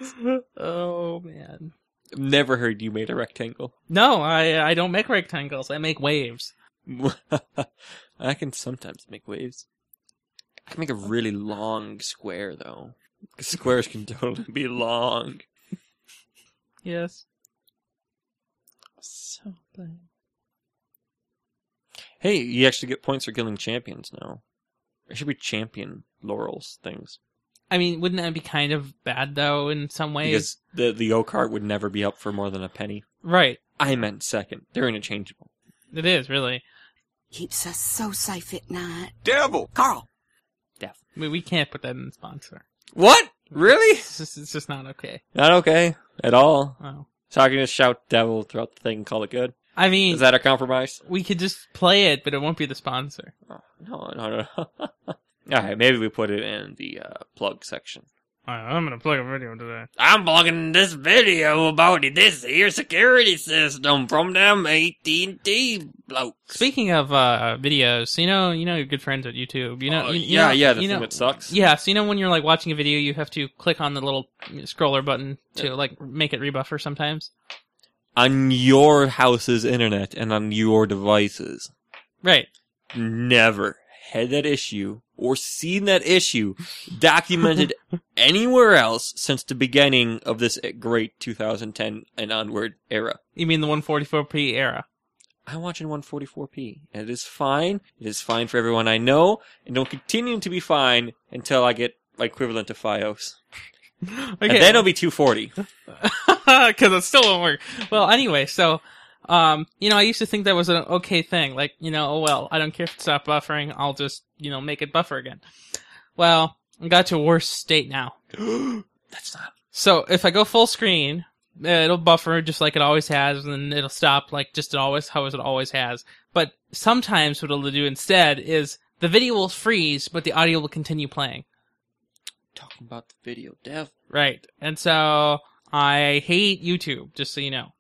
Oh man. Never heard you made a rectangle. [laughs] No, I I don't make rectangles. I make waves. I can sometimes make waves. I can make a really long square though. 'Cause Squares can totally be long. Yes. Something. Hey, you actually get points for killing champions now. It should be champion laurels things I mean, wouldn't that be kind of bad though in some ways? because the the yo cart would never be up for more than a penny. right. I meant second. They're interchangeable. It is really. keeps us so safe at night. Devil. Carl, We we can't put that in the sponsor. What? Really? It's just, it's just not okay. Not okay at all. Oh. So I can just shout devil throughout the thing and call it good. I mean, Is that a compromise? we could just play it, but it won't be the sponsor. Oh, no, no, no. [laughs] all right, maybe we put it in the uh, plug section. I'm gonna play a video today. I'm blogging this video about this here security system from them AT&T blokes. Speaking of uh, videos, you know, you know, your good friends at YouTube. You know, Oh, you, you yeah, know- yeah, the you thing know- that sucks. Yeah, so you know when you're like watching a video, you have to click on the little scroller button to like make it rebuffer sometimes. On your house's internet and on your devices. Right. Never had that issue or seen that issue documented anywhere else since the beginning of this great 2010 and onward era. You mean the 144p [laughs] era? I'm watching 144p, and it is fine. It is fine for everyone I know, and will continue to be fine until I get my equivalent to FiOS. Okay. And then it'll be 240. [laughs] because it still won't work. Well, anyway, so um, you know, I used to think that was an okay thing, like you know, oh well, I don't care if it's not buffering, I'll just you know make it buffer again. Well, I got to a worse state now. That's not. So if I go full screen, uh, it'll buffer just like it always has, and then it'll stop like just it always how as it always has. But sometimes what it'll do instead is the video will freeze, but the audio will continue playing. Talking about the video dev. Right, and so I hate YouTube. Just so you know.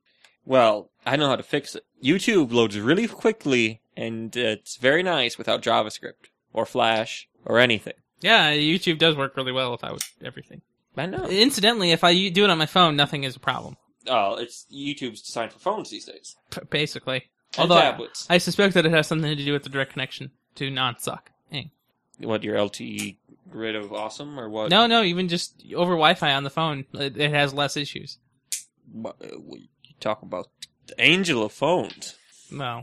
Well, I know how to fix it. YouTube loads really quickly, and uh, it's very nice without JavaScript or Flash or anything. Yeah, YouTube does work really well without everything. I know. Incidentally, if I u- do it on my phone, nothing is a problem, Oh, it's YouTube's designed for phones these days. p- basically. And Although tablets. I suspect that it has something to do with the direct connection to non-suck. Hey. What, your LTE rid of awesome or what? No, no, even just over Wi-Fi on the phone, it, it has less issues. But, uh, we talk about the angel of phones. No,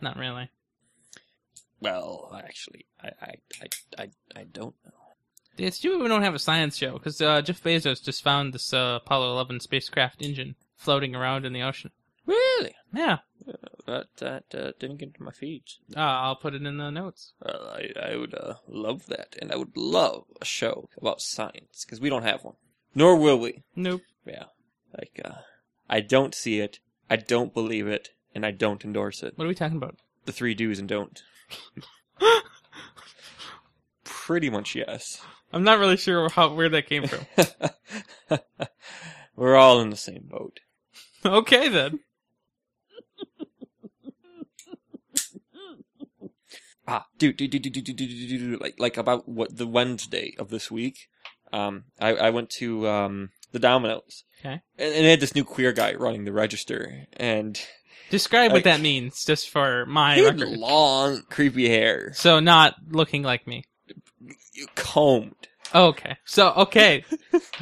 not really. Well, actually, I, I, I, I, I don't know. It's stupid we don't have a science show because uh, Jeff Bezos just found this uh, Apollo 11 spacecraft engine floating around in the ocean. Really? Yeah, that that uh, didn't get into my feeds. Uh, I'll put it in the notes. Uh, I, I would uh, love that, and I would love a show about science because we don't have one, nor will we. Nope. Yeah, like uh, I don't see it, I don't believe it, and I don't endorse it. What are we talking about? The three do's and don't. Pretty much yes. [laughs] I'm not really sure how where that came from. We're all in the same boat. [laughs] okay then. Ah, do do do do do do do do do, do, do like like about what the Wednesday of this week. Um, I I went to um the Domino's. Okay. And, and they had this new queer guy running the register, and Describe what Like- that means, just for my he had record. long, creepy hair, So not looking like me. Oh, combed. Okay. So [laughs] okay,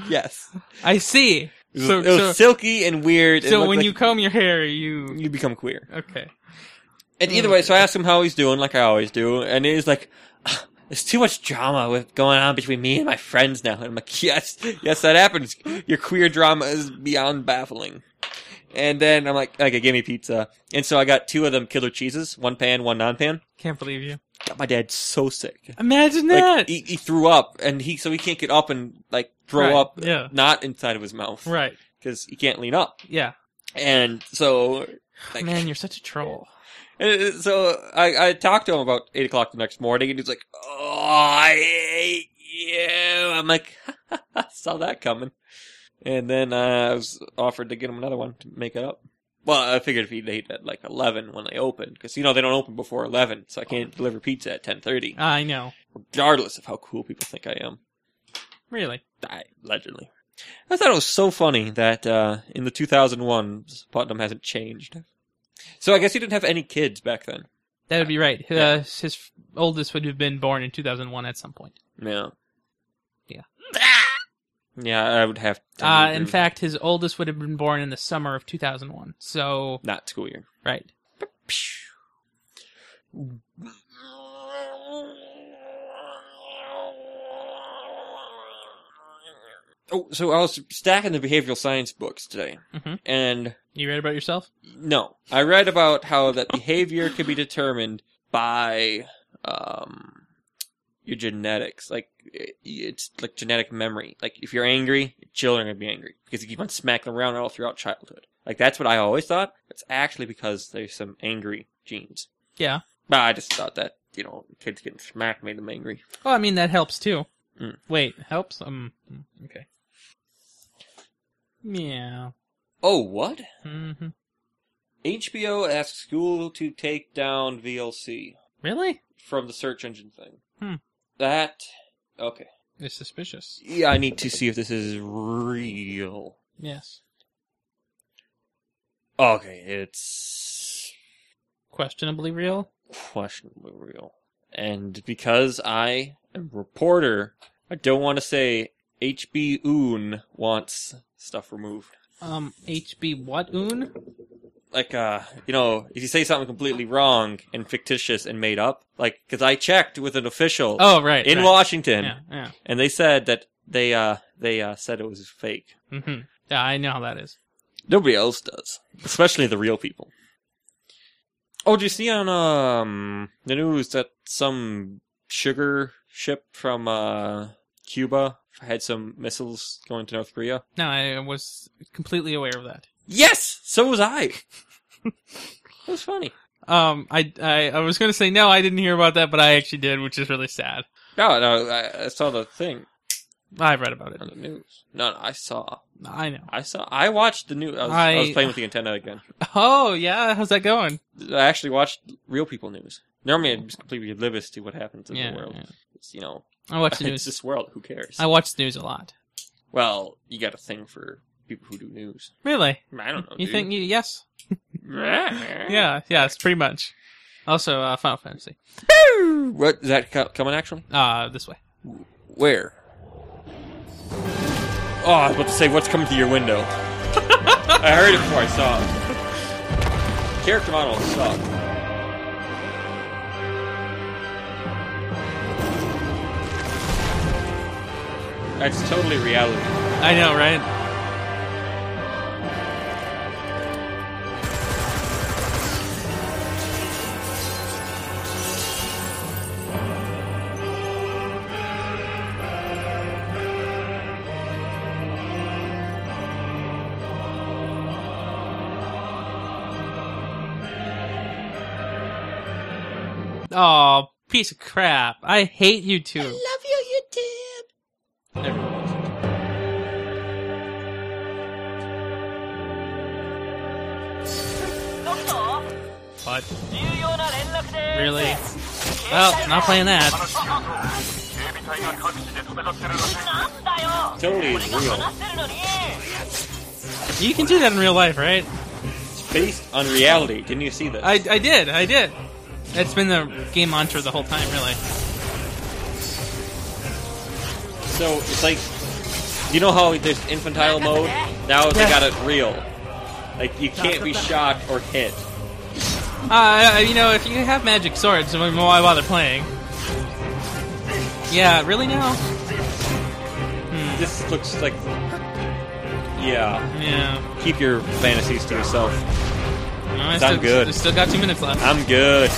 Yes. I see. It was, So it was so, silky and weird. and so looked when like you comb your hair, you you become queer. okay. And either way, so I asked him how he's doing, like I always do, and he's like, "Ugh, "There's too much drama with going on between me and my friends now." And I'm like, "Yes, yes, that happens. Your queer drama is beyond baffling." And then I'm like, "Okay, give me pizza." And so I got two of them killer cheeses, one pan, one non-pan. Can't believe you. Got my dad so sick. Imagine Like that. he, he threw up, and he so he can't get up and like throw Right, up, yeah. not inside of his mouth, right. Because he can't lean up. Yeah. And so, like, Man, you're such a troll. And uh, so I, I talked to him about eight o'clock the next morning, and he's like, "Oh, I hate you." I'm like, [laughs] I "Saw that coming." And then uh, I was offered to get him another one to make it up. Well, I figured if he'd ate at like eleven when they opened, because you know they don't open before eleven, so I can't deliver pizza at ten thirty, I know. regardless of how cool people think I am. Really. I, allegedly, I thought it was so funny that uh, in the 2001 Putnam hasn't changed. So I guess he didn't have any kids back then. That would be right. Yeah. Uh, his f- oldest would have been born in 2001 at some point. Yeah. Yeah. Yeah, I would have to. Uh, agree in with fact, his oldest would have been born in the summer of 2001. So, you. not school year. right. Oh, so I was stacking the behavioral science books today, Mhm. and You read about yourself? no, I read about how that behavior can be determined by um, your genetics. Like it- it's like genetic memory. Like if you're angry, your children are gonna be angry because you keep on smacking them around all throughout childhood. Like that's what I always thought. It's actually because there's some angry genes. Yeah. But I just thought that you know kids getting smacked made them angry. Well, I mean, that helps too. Mm. Wait, helps? Um, mm, okay. Yeah. Oh what? hmm HBO asks school to take down VLC Really? from the search engine thing. Hmm. That okay. It's suspicious. Yeah, I need to see if this is real. Yes. Okay, it's Questionably real? questionably real. And because I am a reporter, I don't want to say HB Oon wants stuff removed. Um, HB what oon? Like, uh, you know, if you say something completely wrong and fictitious and made up, like, because I checked with an official Oh, right. in right. Washington, Yeah, yeah. and they said that they uh they uh said it was fake. hmm Yeah, I know how that is. Nobody else does, especially the real people. Oh, do you see on um the news that some sugar ship from uh Cuba had some missiles going to North Korea? No, I was completely aware of that. Yes, so was I. it was funny. Um, I, I, I was gonna say no, I didn't hear about that, but I actually did, which is really sad. No, no, I, I saw the thing I've read about it. on the news. No, no, I saw, I know. I saw, I watched the news. I was, I... was I- playing with the antenna again. Oh yeah, how's that going? I actually watched real people news. Normally, I'm just completely oblivious to what happens in yeah, the world. yeah. It's, you know, I watch the It's news. this world. Who cares? I watch the news a lot. well, you got a thing for people who do news. Really? I don't know. You dude. [laughs] think you, yes? yeah. Yeah, yes, pretty much. Also, uh, Final Fantasy. What is that co- coming actually? Uh, this way. Where? Oh, I was about to say what's coming through your [laughs] window. I heard it before I saw it. Character models suck. That's totally reality. I know, right? Oh, piece of crap. I hate YouTube. love you, you did. Never mind. What? Really? Well, not playing that. Totally is real. You can do that in real life, right? It's based on reality. Didn't you see that? I, I did, I did. That's been the game mantra the whole time, really. So it's like, you know how there's infantile mode? Now they Yeah. got it real. Like you can't be shot or hit. Uh, you know, if you have magic swords, then why bother playing? Yeah, really now? This looks like, yeah. Yeah. Keep your fantasies to yourself. No, I Sound still, good. I still got two minutes left. I'm good.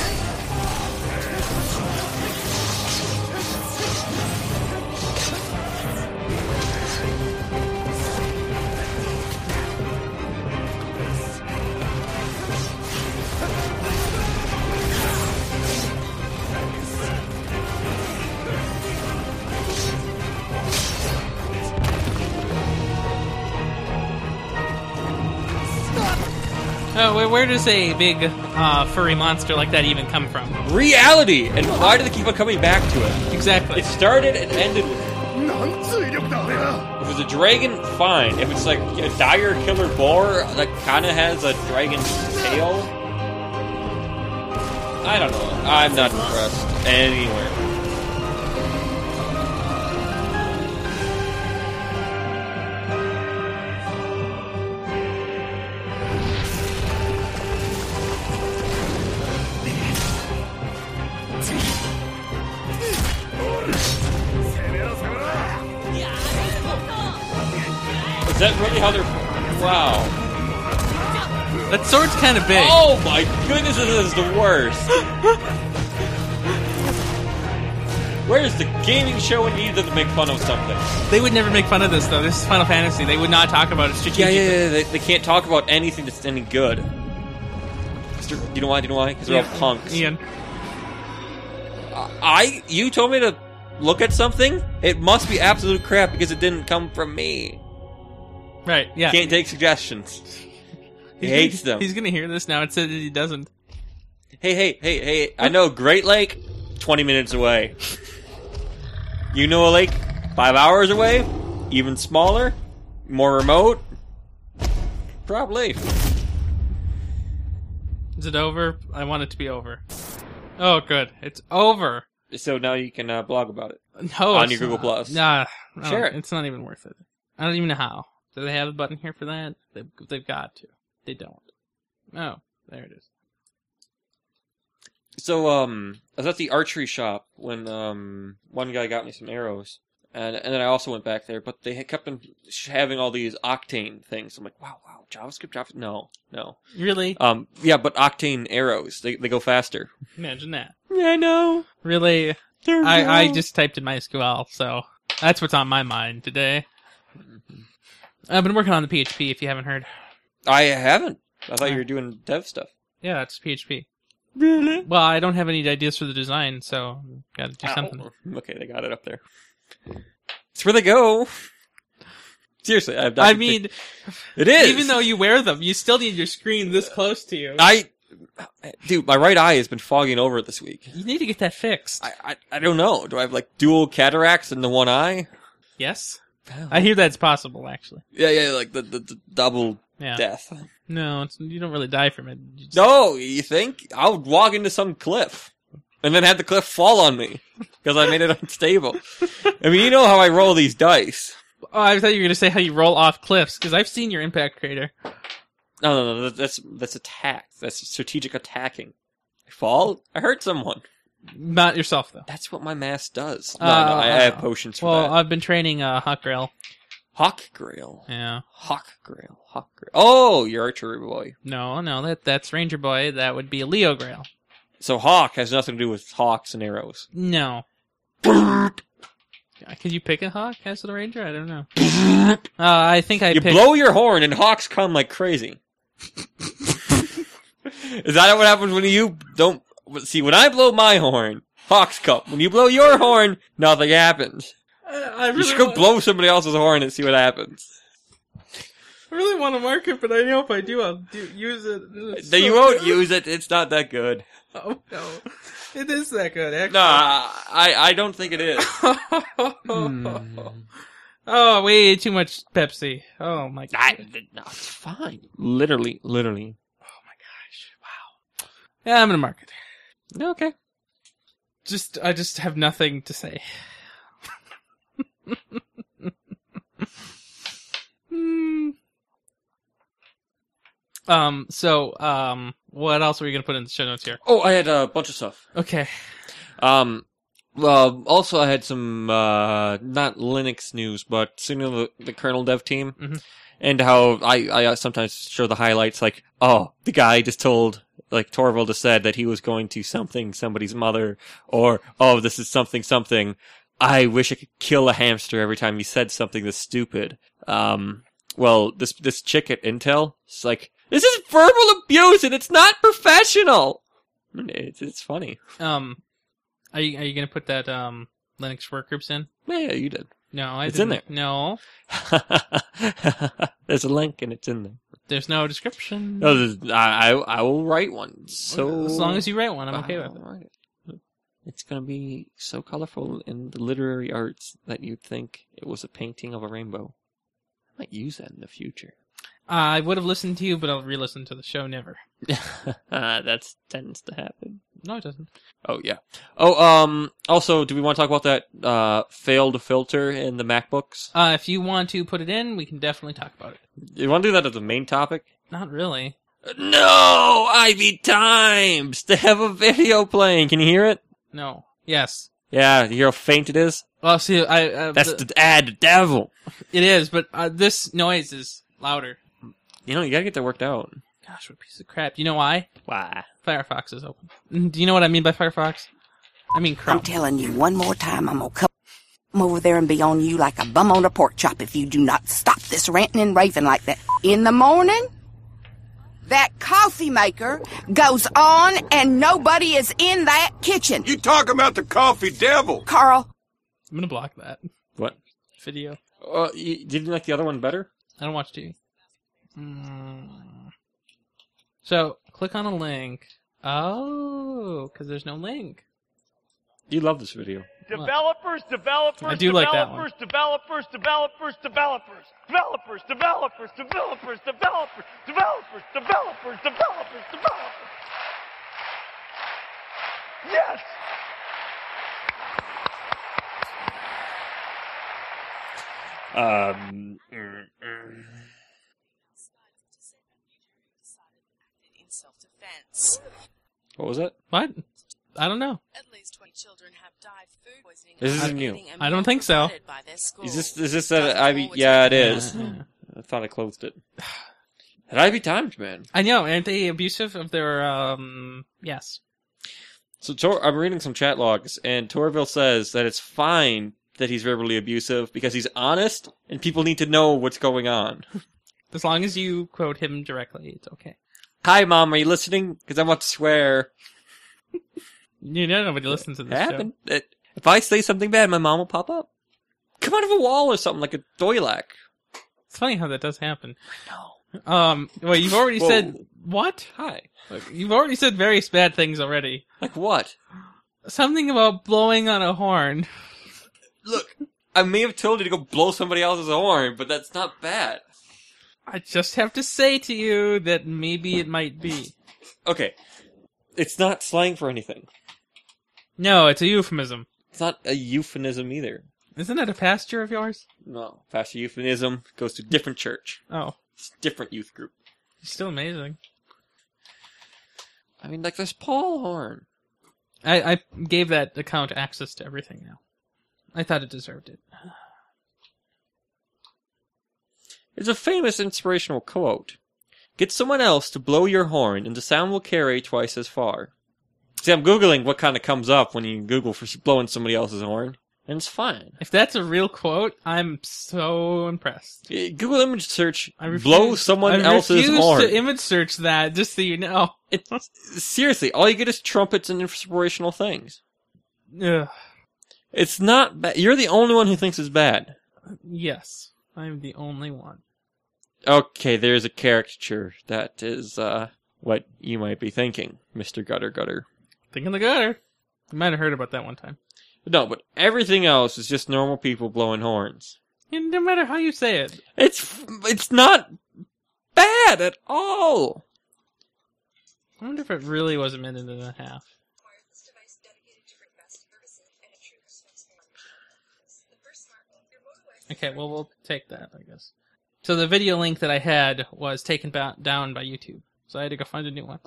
Oh, where, where does a big uh, furry monster like that even come from? Reality, and why do they keep on coming back to it? Exactly. It started and ended with it. If it's a dragon, fine. If it's like a dire killer boar that kind of has a dragon's tail, I don't know. I'm not impressed anywhere. Is that really how they're? Wow. that sword's kind of big. Oh my goodness, this is the worst. Where's the gaming show in either to make fun of something? They would never make fun of this, though. This is Final Fantasy. They would not talk about it Yeah, strategically. yeah, yeah. They, they can't talk about anything that's any good. 'Cause they're- You know why? You know why? Because they're all punks. Ian. I you told me to look at something. It must be absolute crap because it didn't come from me. Right, yeah. Can't take [laughs] suggestions. He He's hates gonna- them. He's going to hear this now. It says that he doesn't. Hey, hey, hey, hey! I know Great Lake, twenty minutes [laughs] away. You know a lake five hours away, even smaller, more remote. Probably. Is it over? I want it to be over. Oh, good. It's over. So now you can uh, blog about it. No, On it's your Google not. Plus. Nah, I don't- Share it. It's not even worth it. I don't even know how. Do they have a button here for that? They've, they've got to. They don't. Oh, there it is. So um, I was at the archery shop when um one guy got me some arrows, and and then I also went back there, but they had kept on sh- having all these octane things. I'm like, wow, wow, JavaScript, JavaScript, no, no, Really? um, yeah, but octane arrows, they they go faster. Imagine that. Yeah, I know. Really? They're I, I real. just typed in MySQL, so that's what's on my mind today. I've been working on the PHP, if you haven't heard. I haven't. I thought you were doing dev stuff. [laughs] Yeah, it's PHP. Really? Well, I don't have any ideas for the design, so gotta do something. Okay, they got it up there. It's where they go. Seriously, I've I mean, it is even though you wear them, you still need your screen this close to you. I, dude, my right eye has been fogging over this week. You need to get that fixed. I, I, I don't know. Do I have like dual cataracts in the one eye? Yes? I hear that's possible, actually. Yeah, yeah, like the, the, the double Yeah. death. No, it's, you don't really die from it. You just- No, you think? I would walk into some cliff and then have the cliff fall on me [laughs] because I made it unstable. I mean, you know how I roll these dice. Oh, I thought you were gonna say how you roll off cliffs, because I've seen your impact crater. No, no, no, that- that's, that's attack. That's strategic attacking. I fall, I hurt someone. Not yourself, though. That's what my mask does. No, no, Uh, I, I have uh, potions for Well, that. I've been training uh, Hawk Grail. Hawk Grail. Yeah. Hawk Grail. Hawk Grail. Oh, you're archery boy. No, no, that that's Ranger Boy. That would be Leo Grail. So hawk has nothing to do with hawks and arrows. No. [laughs] Could you pick a hawk as the ranger? I don't know. [laughs] Uh, I think I you picked. blow your horn and hawks [laughs] come like crazy. Is that what happens when you don't see, when I blow my horn, Fox Cup. When you blow your horn, nothing happens. I, I You really should go wa- blow somebody else's horn and see what happens. I really want to mark it, but I know if I do, I'll do, use it. It's Then so you won't good. use it. It's not that good. Oh no, it is that good. Actually. No, I, I don't think it is. [laughs] Oh, way too much Pepsi. Oh my god. I, no, it's fine. Literally, literally. Yeah, I'm gonna mark it. Okay. Just, I just have nothing to say. Hmm. Um. So, um, what else are we gonna put in the show notes here? Oh, I had a bunch of stuff. Okay. Um, well, also I had some uh, not Linux news, but soon the, the kernel dev team, Mhm. and how I I uh, sometimes show the highlights, like oh the guy just told like Torvald just said that he was going to something somebody's mother, or oh this is something something. I wish I could kill a hamster every time he said something this stupid. Um, well, this this chick at Intel, it's like this is verbal abuse and it's not professional. It's it's funny. Um, are you are you gonna put that um Linux workgroups in? Yeah, you did. No, I It's in didn't. No, [laughs] there's a link and it's in there. there's no description. No, there's- I, I I will write one. Oh, So Hmm. as long as you write one, I'm okay with it. it. It's gonna be so colorful in the literary arts that you'd think it was a painting of a rainbow. I might use that in the future. [laughs] I would have listened to you, but I'll re-listen to the show. Never. that tends to happen. No, it doesn't. Oh yeah. Oh um. Also, do we want to talk about that uh failed filter in the MacBooks? Uh, if you want to put it in, we can definitely talk about it. You want to do that as the main topic? Not really. No, Ivy Times to have a video playing. Can you hear it? No. Yes. Yeah, you hear how faint it is? Well, see, I uh, That's the- the ad the devil. it is, but uh, this noise is louder. You know, you gotta get that worked out. Gosh, what a piece of crap! You know why? Why? Firefox is open. Mm, Do you know what I mean by Firefox? I mean I'm crap. telling you one more time, I'm gonna come over there and be on you like a bum on a pork chop if you do not stop this ranting and raving like that. In the morning, that coffee maker goes on and nobody is in that kitchen. You talking about the coffee devil? Carl, I'm gonna block that What? video. Uh, you didn't like the other one better? I don't watch TV. Mm. So click on a link. Oh, because there's no link. You love this video. Developers, developers, I do like that one. developers, developers, developers, developers, developers, developers, developers, developers, developers, developers, developers, developers. Yes. Um. mm, in self-defense. What was that? What? I don't know. At least 20 children have died food poisoning. This after is new. eating a I don't meal think so. provided by their school. Is this is this that Doesn't Ivy? always Yeah, it happen. is. Yeah. I thought I closed it. [sighs] At Ivy Times, man. I know. Aren't they abusive of their? um Yes. So Tor- I'm reading some chat logs, and Torville says that it's fine that he's verbally abusive because he's honest, and people need to know what's going on. As long as you quote him directly, it's okay. Hi, mom. Are you listening? Because I'm about to swear. You know nobody listens to this Happen- it- if I say something bad, my mom will pop up. Come out of a wall or something like a doilak. show. It's funny how that does happen. No. Um. Well, you've already Whoa. said what? Hi. You've already said various bad things already. Like what? Something about blowing on a horn. Look, I may have told you to go blow somebody else's horn, but that's not bad. I just have to say to you that maybe it might be. Okay. It's not slang for anything. No, it's a euphemism. It's not a euphemism either. Isn't that a pasture of yours? No. Pastor euphemism goes to different church. Oh, It's different youth group. it's still amazing. I mean, like there's Paul Horn. I, I gave that account access to everything now. I thought it deserved it. There's a famous inspirational quote. Get someone else to blow your horn and the sound will carry twice as far. See, I'm Googling what kind of comes up when you Google for blowing somebody else's horn. and it's fine. If that's a real quote, I'm so impressed. Eh, Google image search, I refuse, blow someone I else's refuse arm. to image search that, just so you know. Seriously, all you get is trumpets and inspirational things. Ugh, It's not bad. You're the only one who thinks it's bad. yes, I'm the only one. Okay, there's a caricature. That is uh, what you might be thinking, Mr. Gutter Gutter. Thinking the gutter. You might have heard about that one time. No, but everything else is just normal people blowing horns. And no matter how you say it, It's f- it's not bad at all. I wonder if it really was a minute and a half. Okay, well, we'll take that, I guess. So the video link that I had was taken ba- down by YouTube, so I had to go find a new one.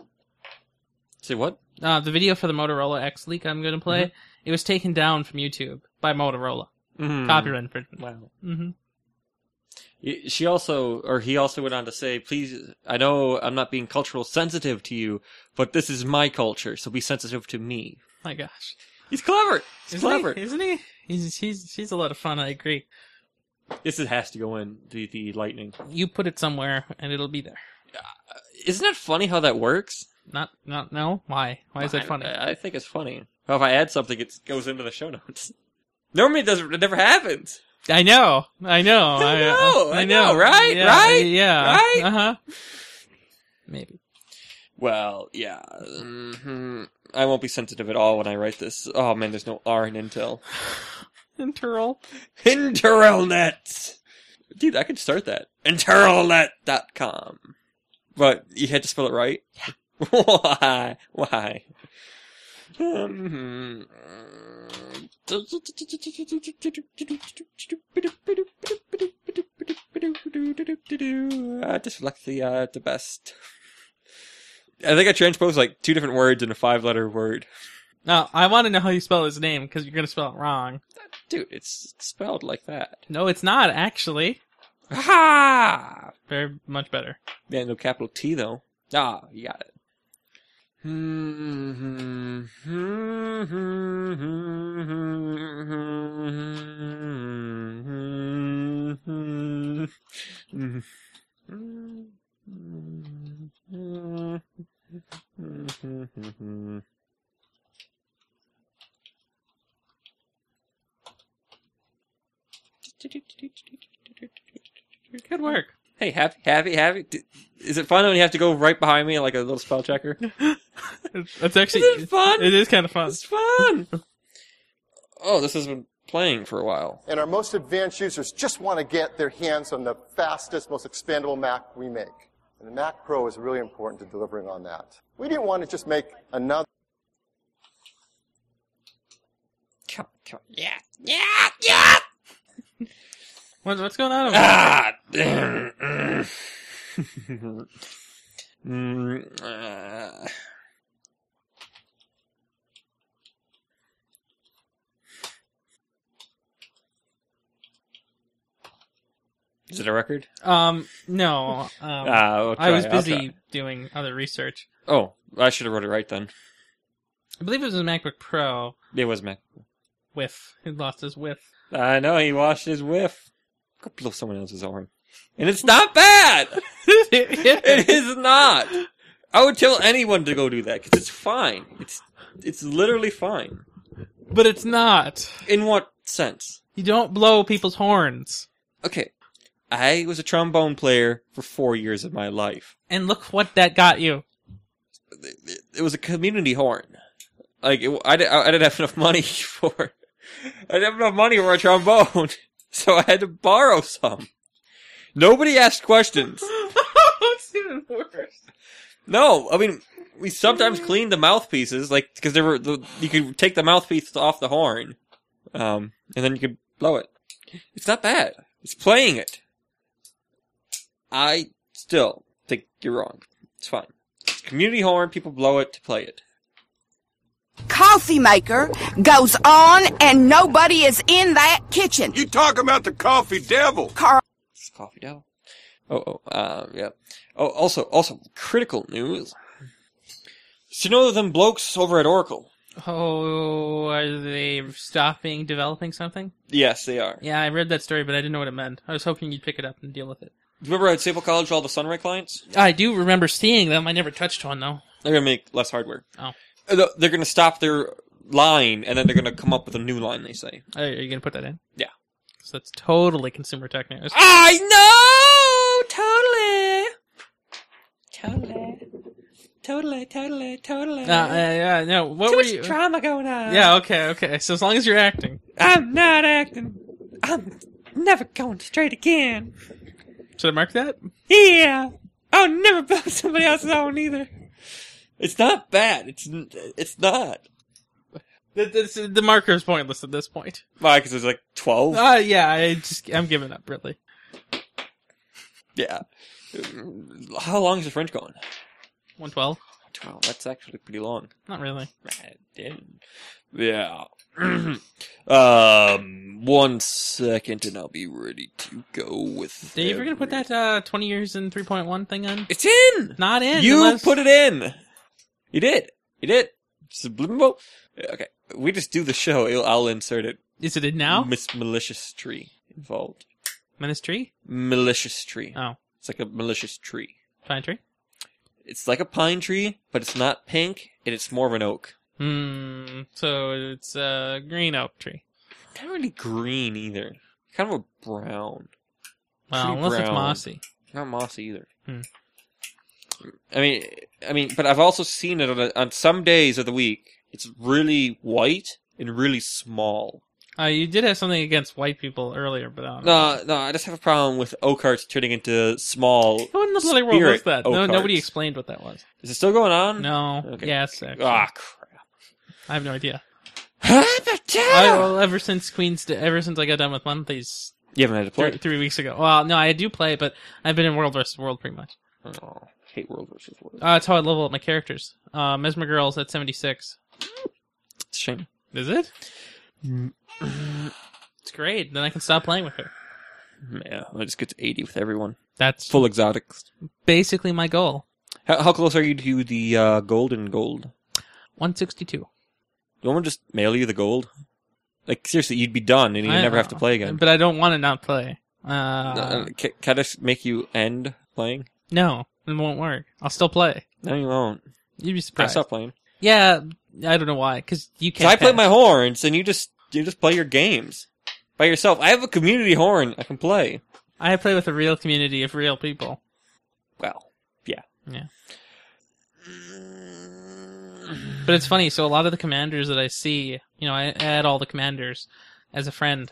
Say what? Uh, the video for the Motorola X leak I'm going to play, Mm-hmm. it was taken down from YouTube by Motorola. Mm. Copyright infringement. Wow. Mm-hmm. Y- She also, or he also went on to say, please, I know I'm not being cultural sensitive to you, but this is my culture, so be sensitive to me. My gosh. He's clever. He's Isn't clever. He? Isn't he? He's, he's, he's a lot of fun, I agree. This is- has to go in, the, the lightning. You put it somewhere, and it'll be there. Isn't that funny how that works? Not, not, no? Why? Why is that I- funny? I, I think it's funny. Well, if I add something, it goes into the show notes. [laughs] Normally, it doesn't. It never happens. I know, I know, I know, [laughs] uh, I know, right? yeah, Right? yeah, Right? [laughs] uh huh. Maybe. Well, yeah. mhm. I won't be sensitive at all when I write this. Oh man, there's no R in Intel. Interl. Internet, dude, I could start that. Internet.com. But you had to spell it right. Yeah. [laughs] Why? Why? Mhm. Uh, dyslexia at the best. I think I transposed like two different words in a five letter word. Now I want to know how you spell his name because you're gonna spell it wrong. Dude, it's spelled like that. No, it's not actually. Ha! Very much better. Yeah, no capital T though. Ah, you got it. Good work. Hey, happy, happy, happy. D- Is it fun when you have to go right behind me like a little spell checker? That's actually Isn't it fun? It is kind of fun. It's fun. oh, this has been playing for a while. And our most advanced users just want to get their hands on the fastest, most expandable Mac we make. And the Mac Pro is really important to delivering on that. We didn't want to just make another Come, come, yeah, yeah, yeah. What, what's [laughs] going on? Over there? Ah. Mm, uh. Is it a record? Um, no. Um, Ah, I'll I was try, I'll try. busy doing other research. Oh, I should have wrote it right then. I believe it was a MacBook Pro It was Mac. with. He lost his [laughs] whiff. I know he washed his whiff. Go blow someone else's arm, and it's not bad. it is not. I would tell anyone to go do that because it's fine. It's it's literally fine. but it's not. In what sense? You don't blow people's horns. Okay, I was a trombone player for four years of my life. And look what that got you. It, it was a community horn. Like it, I, di- I didn't have enough money [laughs] for. I didn't have enough money for a trombone, [laughs] so I had to borrow some. Nobody asked questions. [laughs] it's even worse. No, I mean we sometimes cleaned the mouthpieces, like because there were the, you could take the mouthpiece off the horn, um, and then you could blow it. It's not bad. It's playing it. I still think you're wrong. It's fine. It's a community horn. People blow it to play it. Coffee maker goes on and nobody is in that kitchen. You talking about the coffee devil? Carl, It's coffee devil. Oh, oh, um, yeah. Oh, also, also critical news. So you know them blokes over at Oracle. Oh, are they stopping developing something? Yes, they are. Yeah, I read that story, but I didn't know what it meant. I was hoping you'd pick it up and deal with it. Remember at Sable College, all the Sunray clients? I do remember seeing them. I never touched one though. They're going to make less hardware. Oh. Uh, th- They're going to stop their line, and then they're going to come up with a new line, they say. Are are you gonna put that in? Yeah. Ah! So that's totally consumer tech news. I know! Totally! Totally! Totally, totally, totally. Uh, yeah, yeah, no. What Too were much you? drama going on. Yeah. Okay. Okay. So as long as you're acting. I'm not acting. I'm never going straight again. Should I mark that? Yeah. I'll never [laughs] build somebody else's own either. It's not bad. It's n- it's not. The, the, the marker is pointless at this point. Why? Because it's like twelve. Uh, yeah. I just I'm giving up. Really. yeah. How long is the French going? One twelve. Twelve. That's actually pretty long. Not really. Yeah. [clears throat] um. One second, and I'll be ready to go with. Dave, you're gonna put that uh, 20 years in 3.1 thing in? It's in. Not in. You unless- put it in. You did. You did. Subliminal. Okay. We just do the show. I'll, I'll insert it. Is it in now? Miss malicious tree involved. Menace tree? Malicious tree. Oh. It's like a malicious tree. Pine tree? It's like a pine tree, but it's not pink, and it's more of an oak. Hmm. So it's a green oak tree. Not really green either. Kind of a brown. Well, Pretty unless it's brown. mossy. Not mossy either. Hmm. I mean, I mean, but I've also seen it on, a, on some days of the week. It's really white and really small. Uh, you did have something against white people earlier, but I don't know. No, no, I just have a problem with oakarts turning into small. Who in the bloody world was spirit that? No, oakarts. nobody explained what that was. Is it still going on? No. Okay. Yes, actually. Ah, crap. I have no idea. I, Potato! well, ever since Queens, ever since I got done with monthlies You haven't had to play. three, three weeks ago. Well, no, I do play, but I've been in World vs. World pretty much. Oh, hate World versus World. Uh, that's how I level up my characters. Uh, Mesmer Girls at 76. It's a shame. Is it? Mm. It's great. Then I can stop playing with her. Yeah, I just get to eighty with everyone. That's Full exotics. basically my goal. How, how close are you to the uh, gold and gold? 162. Don't want to just mail you the gold? Like seriously, you'd be done and you I never have to know. play again. But I don't want to not play. No, Uh, uh, ca- can I just make you end playing? no, it won't work. I'll still play. No, you won't. You'd be I surprised. stop playing. Yeah, I don't know why. Because you So can't. I play pass. my horns, and you just you just play your games by yourself. I have a community horn I can play. I play with a real community of real people. Well, yeah. Yeah. But it's funny. So a lot of the commanders that I see, you know, I add all the commanders as a friend,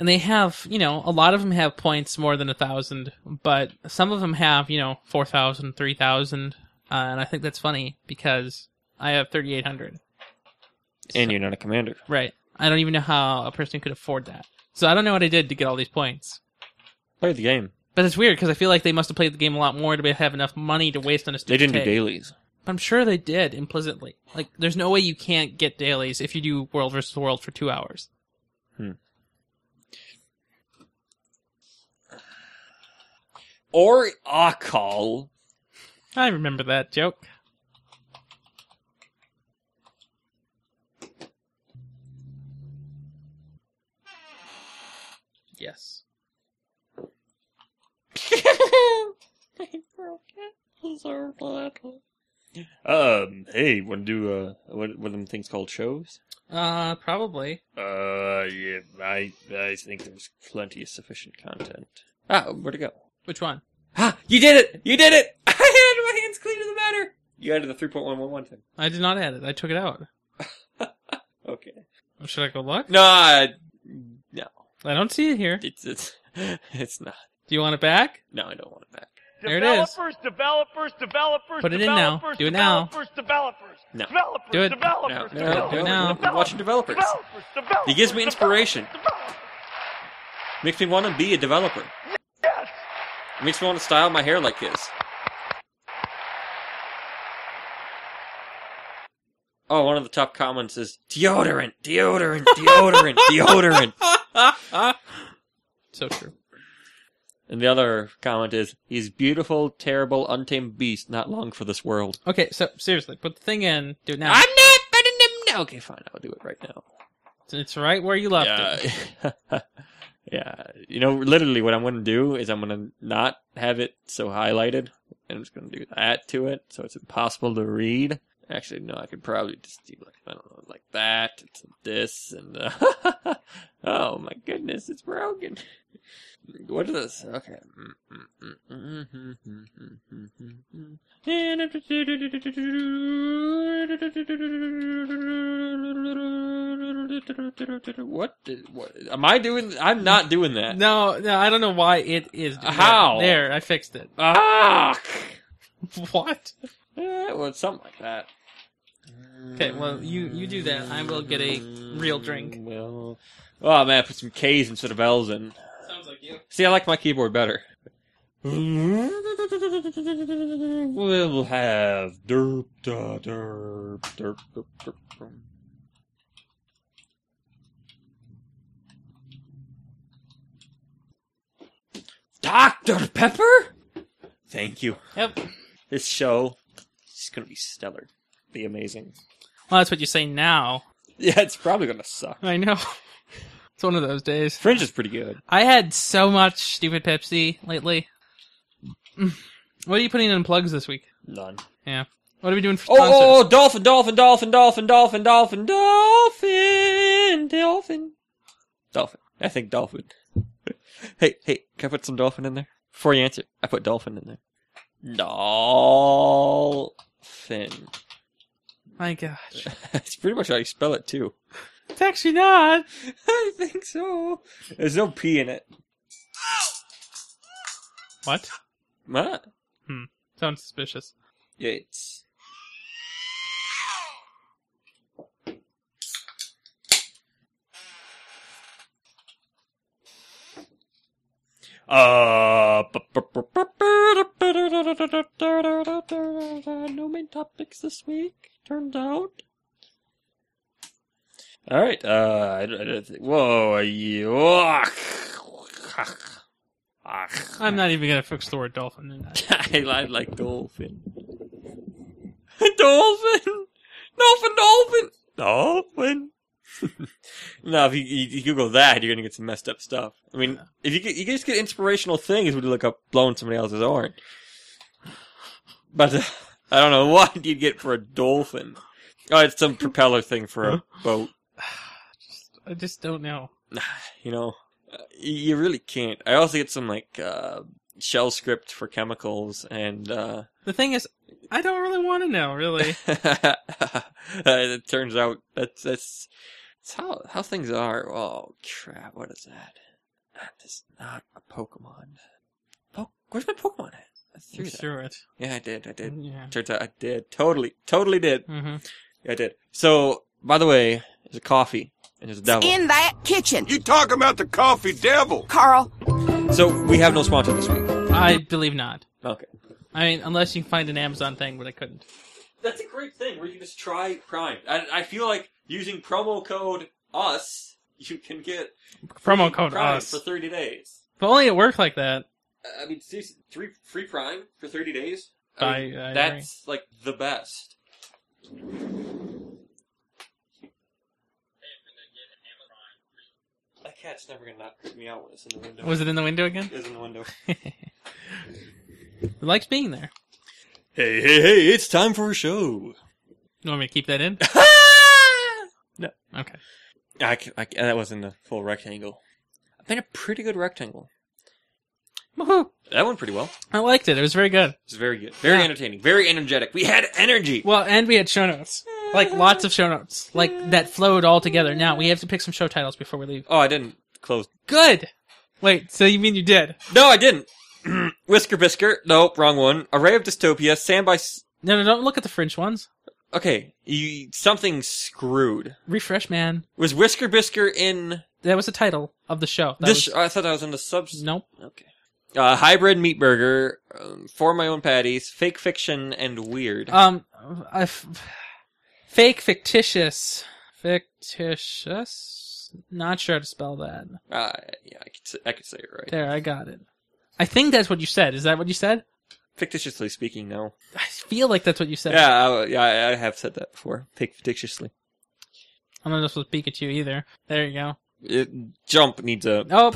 and they have, you know, a lot of them have points more than a thousand, but some of them have, you know, four thousand, three thousand, uh, and I think that's funny because I have thirty eight hundred. And you're not a commander. Right. I don't even know how a person could afford that. So I don't know what I did to get all these points. Play the game. But it's weird because I feel like they must have played the game a lot more to be- have enough money to waste on They a stupid didn't do tag. dailies. I'm sure they did implicitly. Like, there's no way you can't get dailies if you do world versus world for two hours. Or Akal. I remember that joke. Yes. Um, hey, wanna do uh what what are them things called shows? Uh, probably. Uh yeah, I I think there's plenty of sufficient content. Ah, where'd it go? Which one? Ah, you did it! You did it! [laughs] I had my hands clean to the matter! You added the three point one one one thing. I did not add it. I took it out. Okay. Should I go look? No, I- no. I don't see it here. It's it's [laughs] it's not. Do you want it back? No, I don't want it back. There it is. Developers, developers, developers, Put it in now. developers, Do it now. developers, developers, No. developers, Do it. developers, No, developers, do it now. I'm watching developers. developers, developers. He gives me inspiration. developers. Makes me want to be a developer. Yes. Makes me want to style my hair like his. Oh, one of the top comments is deodorant, deodorant, [laughs] deodorant, deodorant. So true. And the other comment is he's beautiful, terrible, untamed beast, not long for this world. Okay, so seriously, put the thing in. Do it now. I'm not better than No, okay, fine. I'll do it right now. It's right where you left it. yeah. [laughs] yeah. You know, literally what I'm going to do is I'm going to not have it so highlighted. And I'm just going to do that to it so it's impossible to read. Actually, no, I could probably just do like, I don't know, like that, it's this, and uh, [laughs] oh my goodness, it's broken. What is this? Okay. What? Did, what? Am I doing? I'm not doing that. No, no, I don't know why it is. doing that. How? There, I fixed [laughs] it. Ah! What? Eh, well, something like that. Okay, well, you you do that. I will get a real drink. Mm, Well, oh man, put some K's instead of L's in. Sounds like you. See, I like my keyboard better. We'll have derp da derp derp derp derp. derp. Dr. Pepper? Thank you. Yep. This show is going to be stellar. Be amazing. Well, that's what you say now. [laughs] Yeah, it's probably going to suck. I know. [laughs] It's one of those days. Fringe is pretty good. I had so much stupid Pepsi lately. Mm. What are you putting in plugs this week? None. Yeah. What are we doing for Oh, sponsors? oh, oh, dolphin, dolphin, dolphin, dolphin, dolphin, dolphin, dolphin, dolphin, dolphin. I think dolphin. [laughs] hey, hey, can I put some dolphin in there before you answer? I put dolphin in there. Dolphin. [laughs] oh. My gosh. That's pretty much how you spell it too. It's actually not. [laughs] I think so. There's no p in it. What? What? Sounds suspicious. It's Uh, no main topics this week. Turned out. All right. Uh, I, don't- I don't think. Whoa, [laughs] yuck. Ah. I'm not even gonna fix the word dolphin in that. [laughs] I, I like dolphin. [laughs] dolphin, dolphin, dolphin, dolphin. [laughs] no, if you, you, you Google that, you're gonna get some messed up stuff. I mean, if you get, you can just get inspirational things when you look up blowing somebody else's horn. But uh, I don't know [laughs] what you'd get for a dolphin. Oh, it's some propeller thing for a boat. I just don't know. You know, Uh, you really can't. I also get some like uh, shell script for chemicals and. uh The thing is, I don't really want to [laughs] know. Really, Uh, it turns out that's that's, that's how how things are. Oh crap! What is that? That is not a Pokemon. Po- Where's my Pokemon at? I threw that. sure it. Yeah, I did. I did. Yeah. Turns out I did. Totally, totally did. Mm-hmm. Yeah, I did. So, by the way, there's a coffee and there's a devil. In that kitchen. You talking about the coffee devil? Carl, So we have no sponsor this week. I believe not. Okay. I mean, unless you find an Amazon thing, but I couldn't. That's a great thing where you can just try Prime. I, I feel like using promo code US, you can get Promo code Prime us. for 30 days. If only it worked like that. I mean, seriously, three free Prime for thirty days. I- I mean, I that's like the best. That cat's never gonna not creep me out when it's in the window. Was it in the window again? It was in the window. It likes being there. Hey, hey, hey! It's time for a [laughs] show. You want me to keep that in? No. Okay. I, can, I can- that wasn't a full rectangle. I made a pretty good rectangle. Woohoo! That went pretty well. I liked it. It was very good. It's very good, very Yeah. entertaining, very energetic. We had energy. Well, and we had show notes. Like lots of show notes. Like that flowed all together. Now we have to pick some show titles before we leave. Oh, I didn't close Good. Wait, so you mean you did? No, I didn't. [clears throat] Whisker Bisker. Nope, wrong one. Array of Dystopia. Stand by. S- No, no, don't look at the French ones. okay, you something screwed. Refresh, man. Was Whisker Bisker in That was the title of the show. That this? was- I thought I was in the subs. nope. Okay. Uh, hybrid meat burger. Um, for my own patties. Fake fiction and weird. Um, I f- fake, fictitious, fictitious. Not sure how to spell that. Uh, yeah, I could say, I could say it right. There, I got it. I think that's what you said. Is that what you said? Fictitiously speaking, no. I feel like that's what you said. Yeah, I, yeah, I I have said that before. Fake fictitiously. I'm not just with Pikachu either. There you go. It, jump needs a. Oh,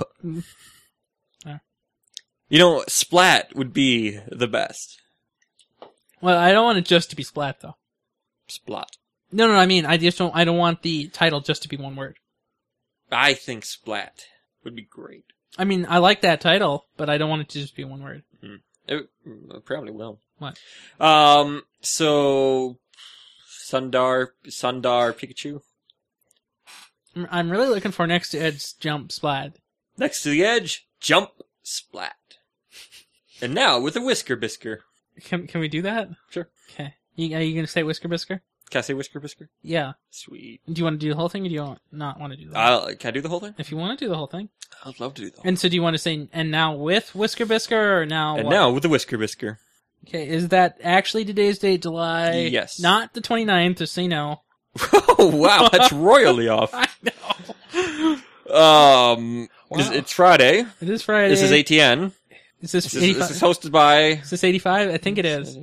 You know, splat would be the best. well, I don't want it just to be Splat though. Splat. No, no, I mean, I just don't. I don't want the title just to be one word. I think splat would be great. I mean, I like that title, but I don't want it to just be one word. It, mm, it probably will. What? Um. So, Sundar, Sundar, Pikachu. I'm- I'm really looking for next to Ed's jump Splat. Next to the edge, jump, splat. And now with a whisker bisker. Can Can we do that? Sure. Okay. You, are you gonna say Whisker Bisker? Can I say whisker bisker? Yeah. Sweet. Do you want to do the whole thing, or do you want- not want to do that? I can I do the whole thing? if you want to do the whole thing. I'd love to do the whole. And so, do you want to say and now with Whisker Bisker or now? and Oh, what? now with the whisker bisker. [laughs] Okay, is that actually today's date, July? Yes. Not the 29th, just say no. Oh [laughs] wow, that's royally off. I know. Um, this- Wow. it's Friday. It is Friday. This is ATN. Is this this is, 85? this is hosted by? Is this 85? I think it is.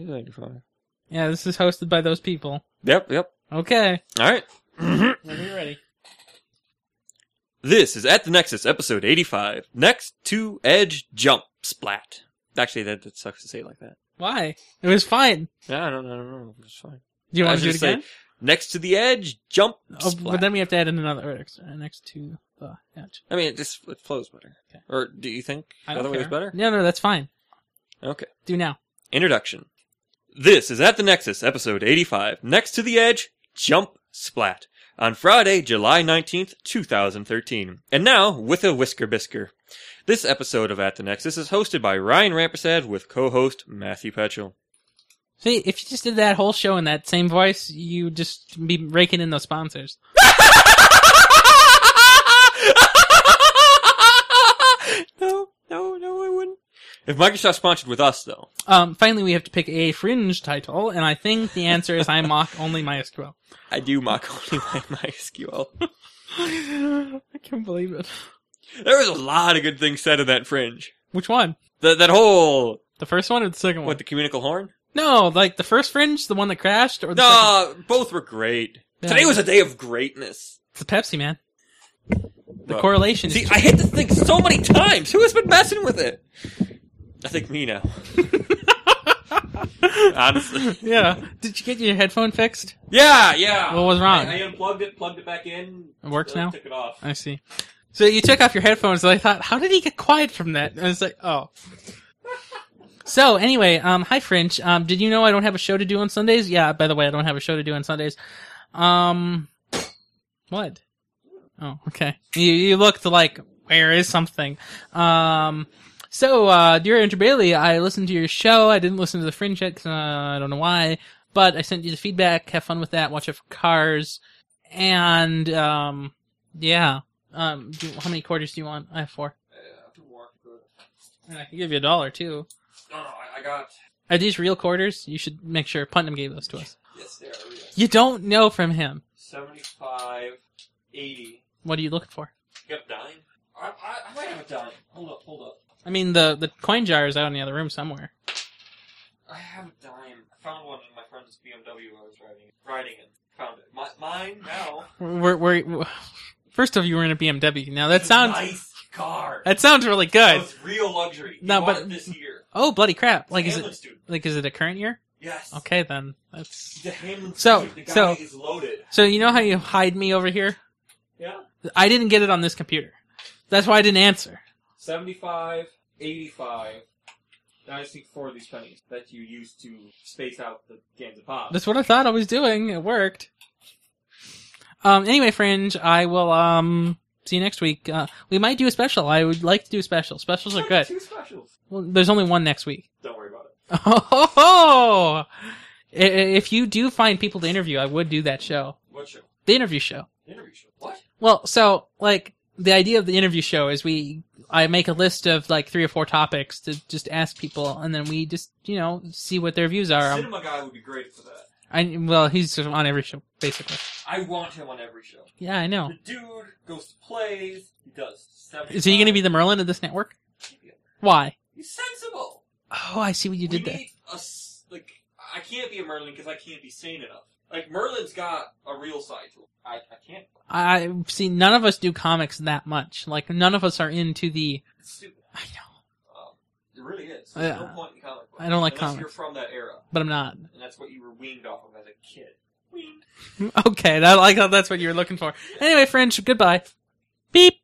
Yeah, this is hosted by those people. Yep, yep. Okay. All right. Whenever you're ready. This is At the Nexus, episode 85. Next to Edge Jump Splat. Actually, that, that sucks to say it like that. Why? It was fine. No, no, no, no, no. It's fine. Do you I want was to do it gonna say, again? Next to the Edge Jump Oh, Splat. but then we have to add in another extra next to the edge. I mean, it just it flows better. Or do you think I the don't other way was care. better? No, no, that's fine. Okay. Do now. Introduction. This is At the Nexus, episode 85. Next to the Edge, Jump Splat. On Friday, July 19th, 2013. And now, with a whisker bisker. This episode of At the Nexus is hosted by Ryan Rampersad with co-host Matthew Petchel. [laughs] See, if you just did that whole show in that same voice, you just be raking in those sponsors. No, no, no, I wouldn't. If Microsoft sponsored with us, though. Um, finally, we have to pick a fringe title, and I think the answer is I mock only MySQL. I do mock [laughs] only my MySQL. I can't believe it. [laughs] There was a lot of good things said in that fringe. Which one? That that whole The first one or the second one? what the communical horn? No, like the first fringe, the one that crashed, or the second- No, both were great. Yeah. Today was a day of greatness. it's the Pepsi man. The Look, correlation. See, I hit this thing so many times. Who has been messing with it? I think me [laughs] now. Honestly. yeah. Did you get your headphone fixed? Yeah, yeah. What was wrong? I, I unplugged it, plugged it back in. It works uh, now? Took it off. I see. So you took off your headphones, and I thought, how did he get quiet from that? And I was like, oh. so anyway, um, hi Fringe. Um, did you know I don't have a show to do on Sundays? Yeah. By the way, I don't have a show to do on Sundays. Um, what? Oh, okay. You you looked like where is something? Um. So, uh, dear Andrew Bailey, I listened to your show. I didn't listen to the Fringe yet 'cause, uh, I don't know why, but I sent you the feedback. Have fun with that. Watch out for cars. And, um, yeah. Um, do, how many quarters do you want? I have four. And I can give you a dollar too. No, no, Oh, I, I got. Are these real quarters? You should make sure Putnam gave those to us. Yes, there we go. You don't know from him. 75, 80. What are you looking for? You got a dime? I, I, I might have a dime. Hold up, hold up. I mean, the the coin jar is out in the other room somewhere. I have a dime. I found one in my friend's BMW I was riding. Riding it. Found it. My, mine now. We're, we're, we're- first of you were in a BMW. Now [laughs] that sounds nice car. that sounds really That good. was real luxury. He No, bought but- it this year. Oh bloody crap! It's Like a is Hamlin it student. like is it a current year? Yes. Okay then. That's The Hamlin So- student, the guy so- is loaded. so you know how you hide me over here? Yeah. I didn't get it on this computer. That's why I didn't answer. 75, 85. I see four of these pennies that you use to space out the cans of pop. That's what I thought I was doing. It worked. Um. Anyway, Fringe, I will um see you next week. Uh, we might do a special. I would like to do a special. Specials are good. Two specials. Well, there's only one next week. [laughs] Don't worry about it. Oh. If you do find people to interview, I would do that show. What show? The interview show. Interview show. What? Well, so like the idea of the interview show is we I make a list of like three or four topics to just ask people, and then we just you know see what their views are. Um, Cinema guy would be great for that. I well, he's on every show basically. I want him on every show. Yeah, I know. The dude goes to plays. He does. 75. Is he going to be the Merlin of this network? Why? He's sensible. Oh, I see what you did we there. need a s- like I can't be a Merlin because I can't be sane enough. Like Merlin's got a real side to him. I, I can't. I see. None of us do comics that much. Like none of us are into the. It's stupid. I know. Um, it really is. Yeah. There's no point in comic books. I don't like Unless comics. You're from that era, But I'm not. [laughs] and that's what you were weaned off of as a kid. Okay, that, I like how that's what you were looking for. Anyway, Fringe. Goodbye. Beep.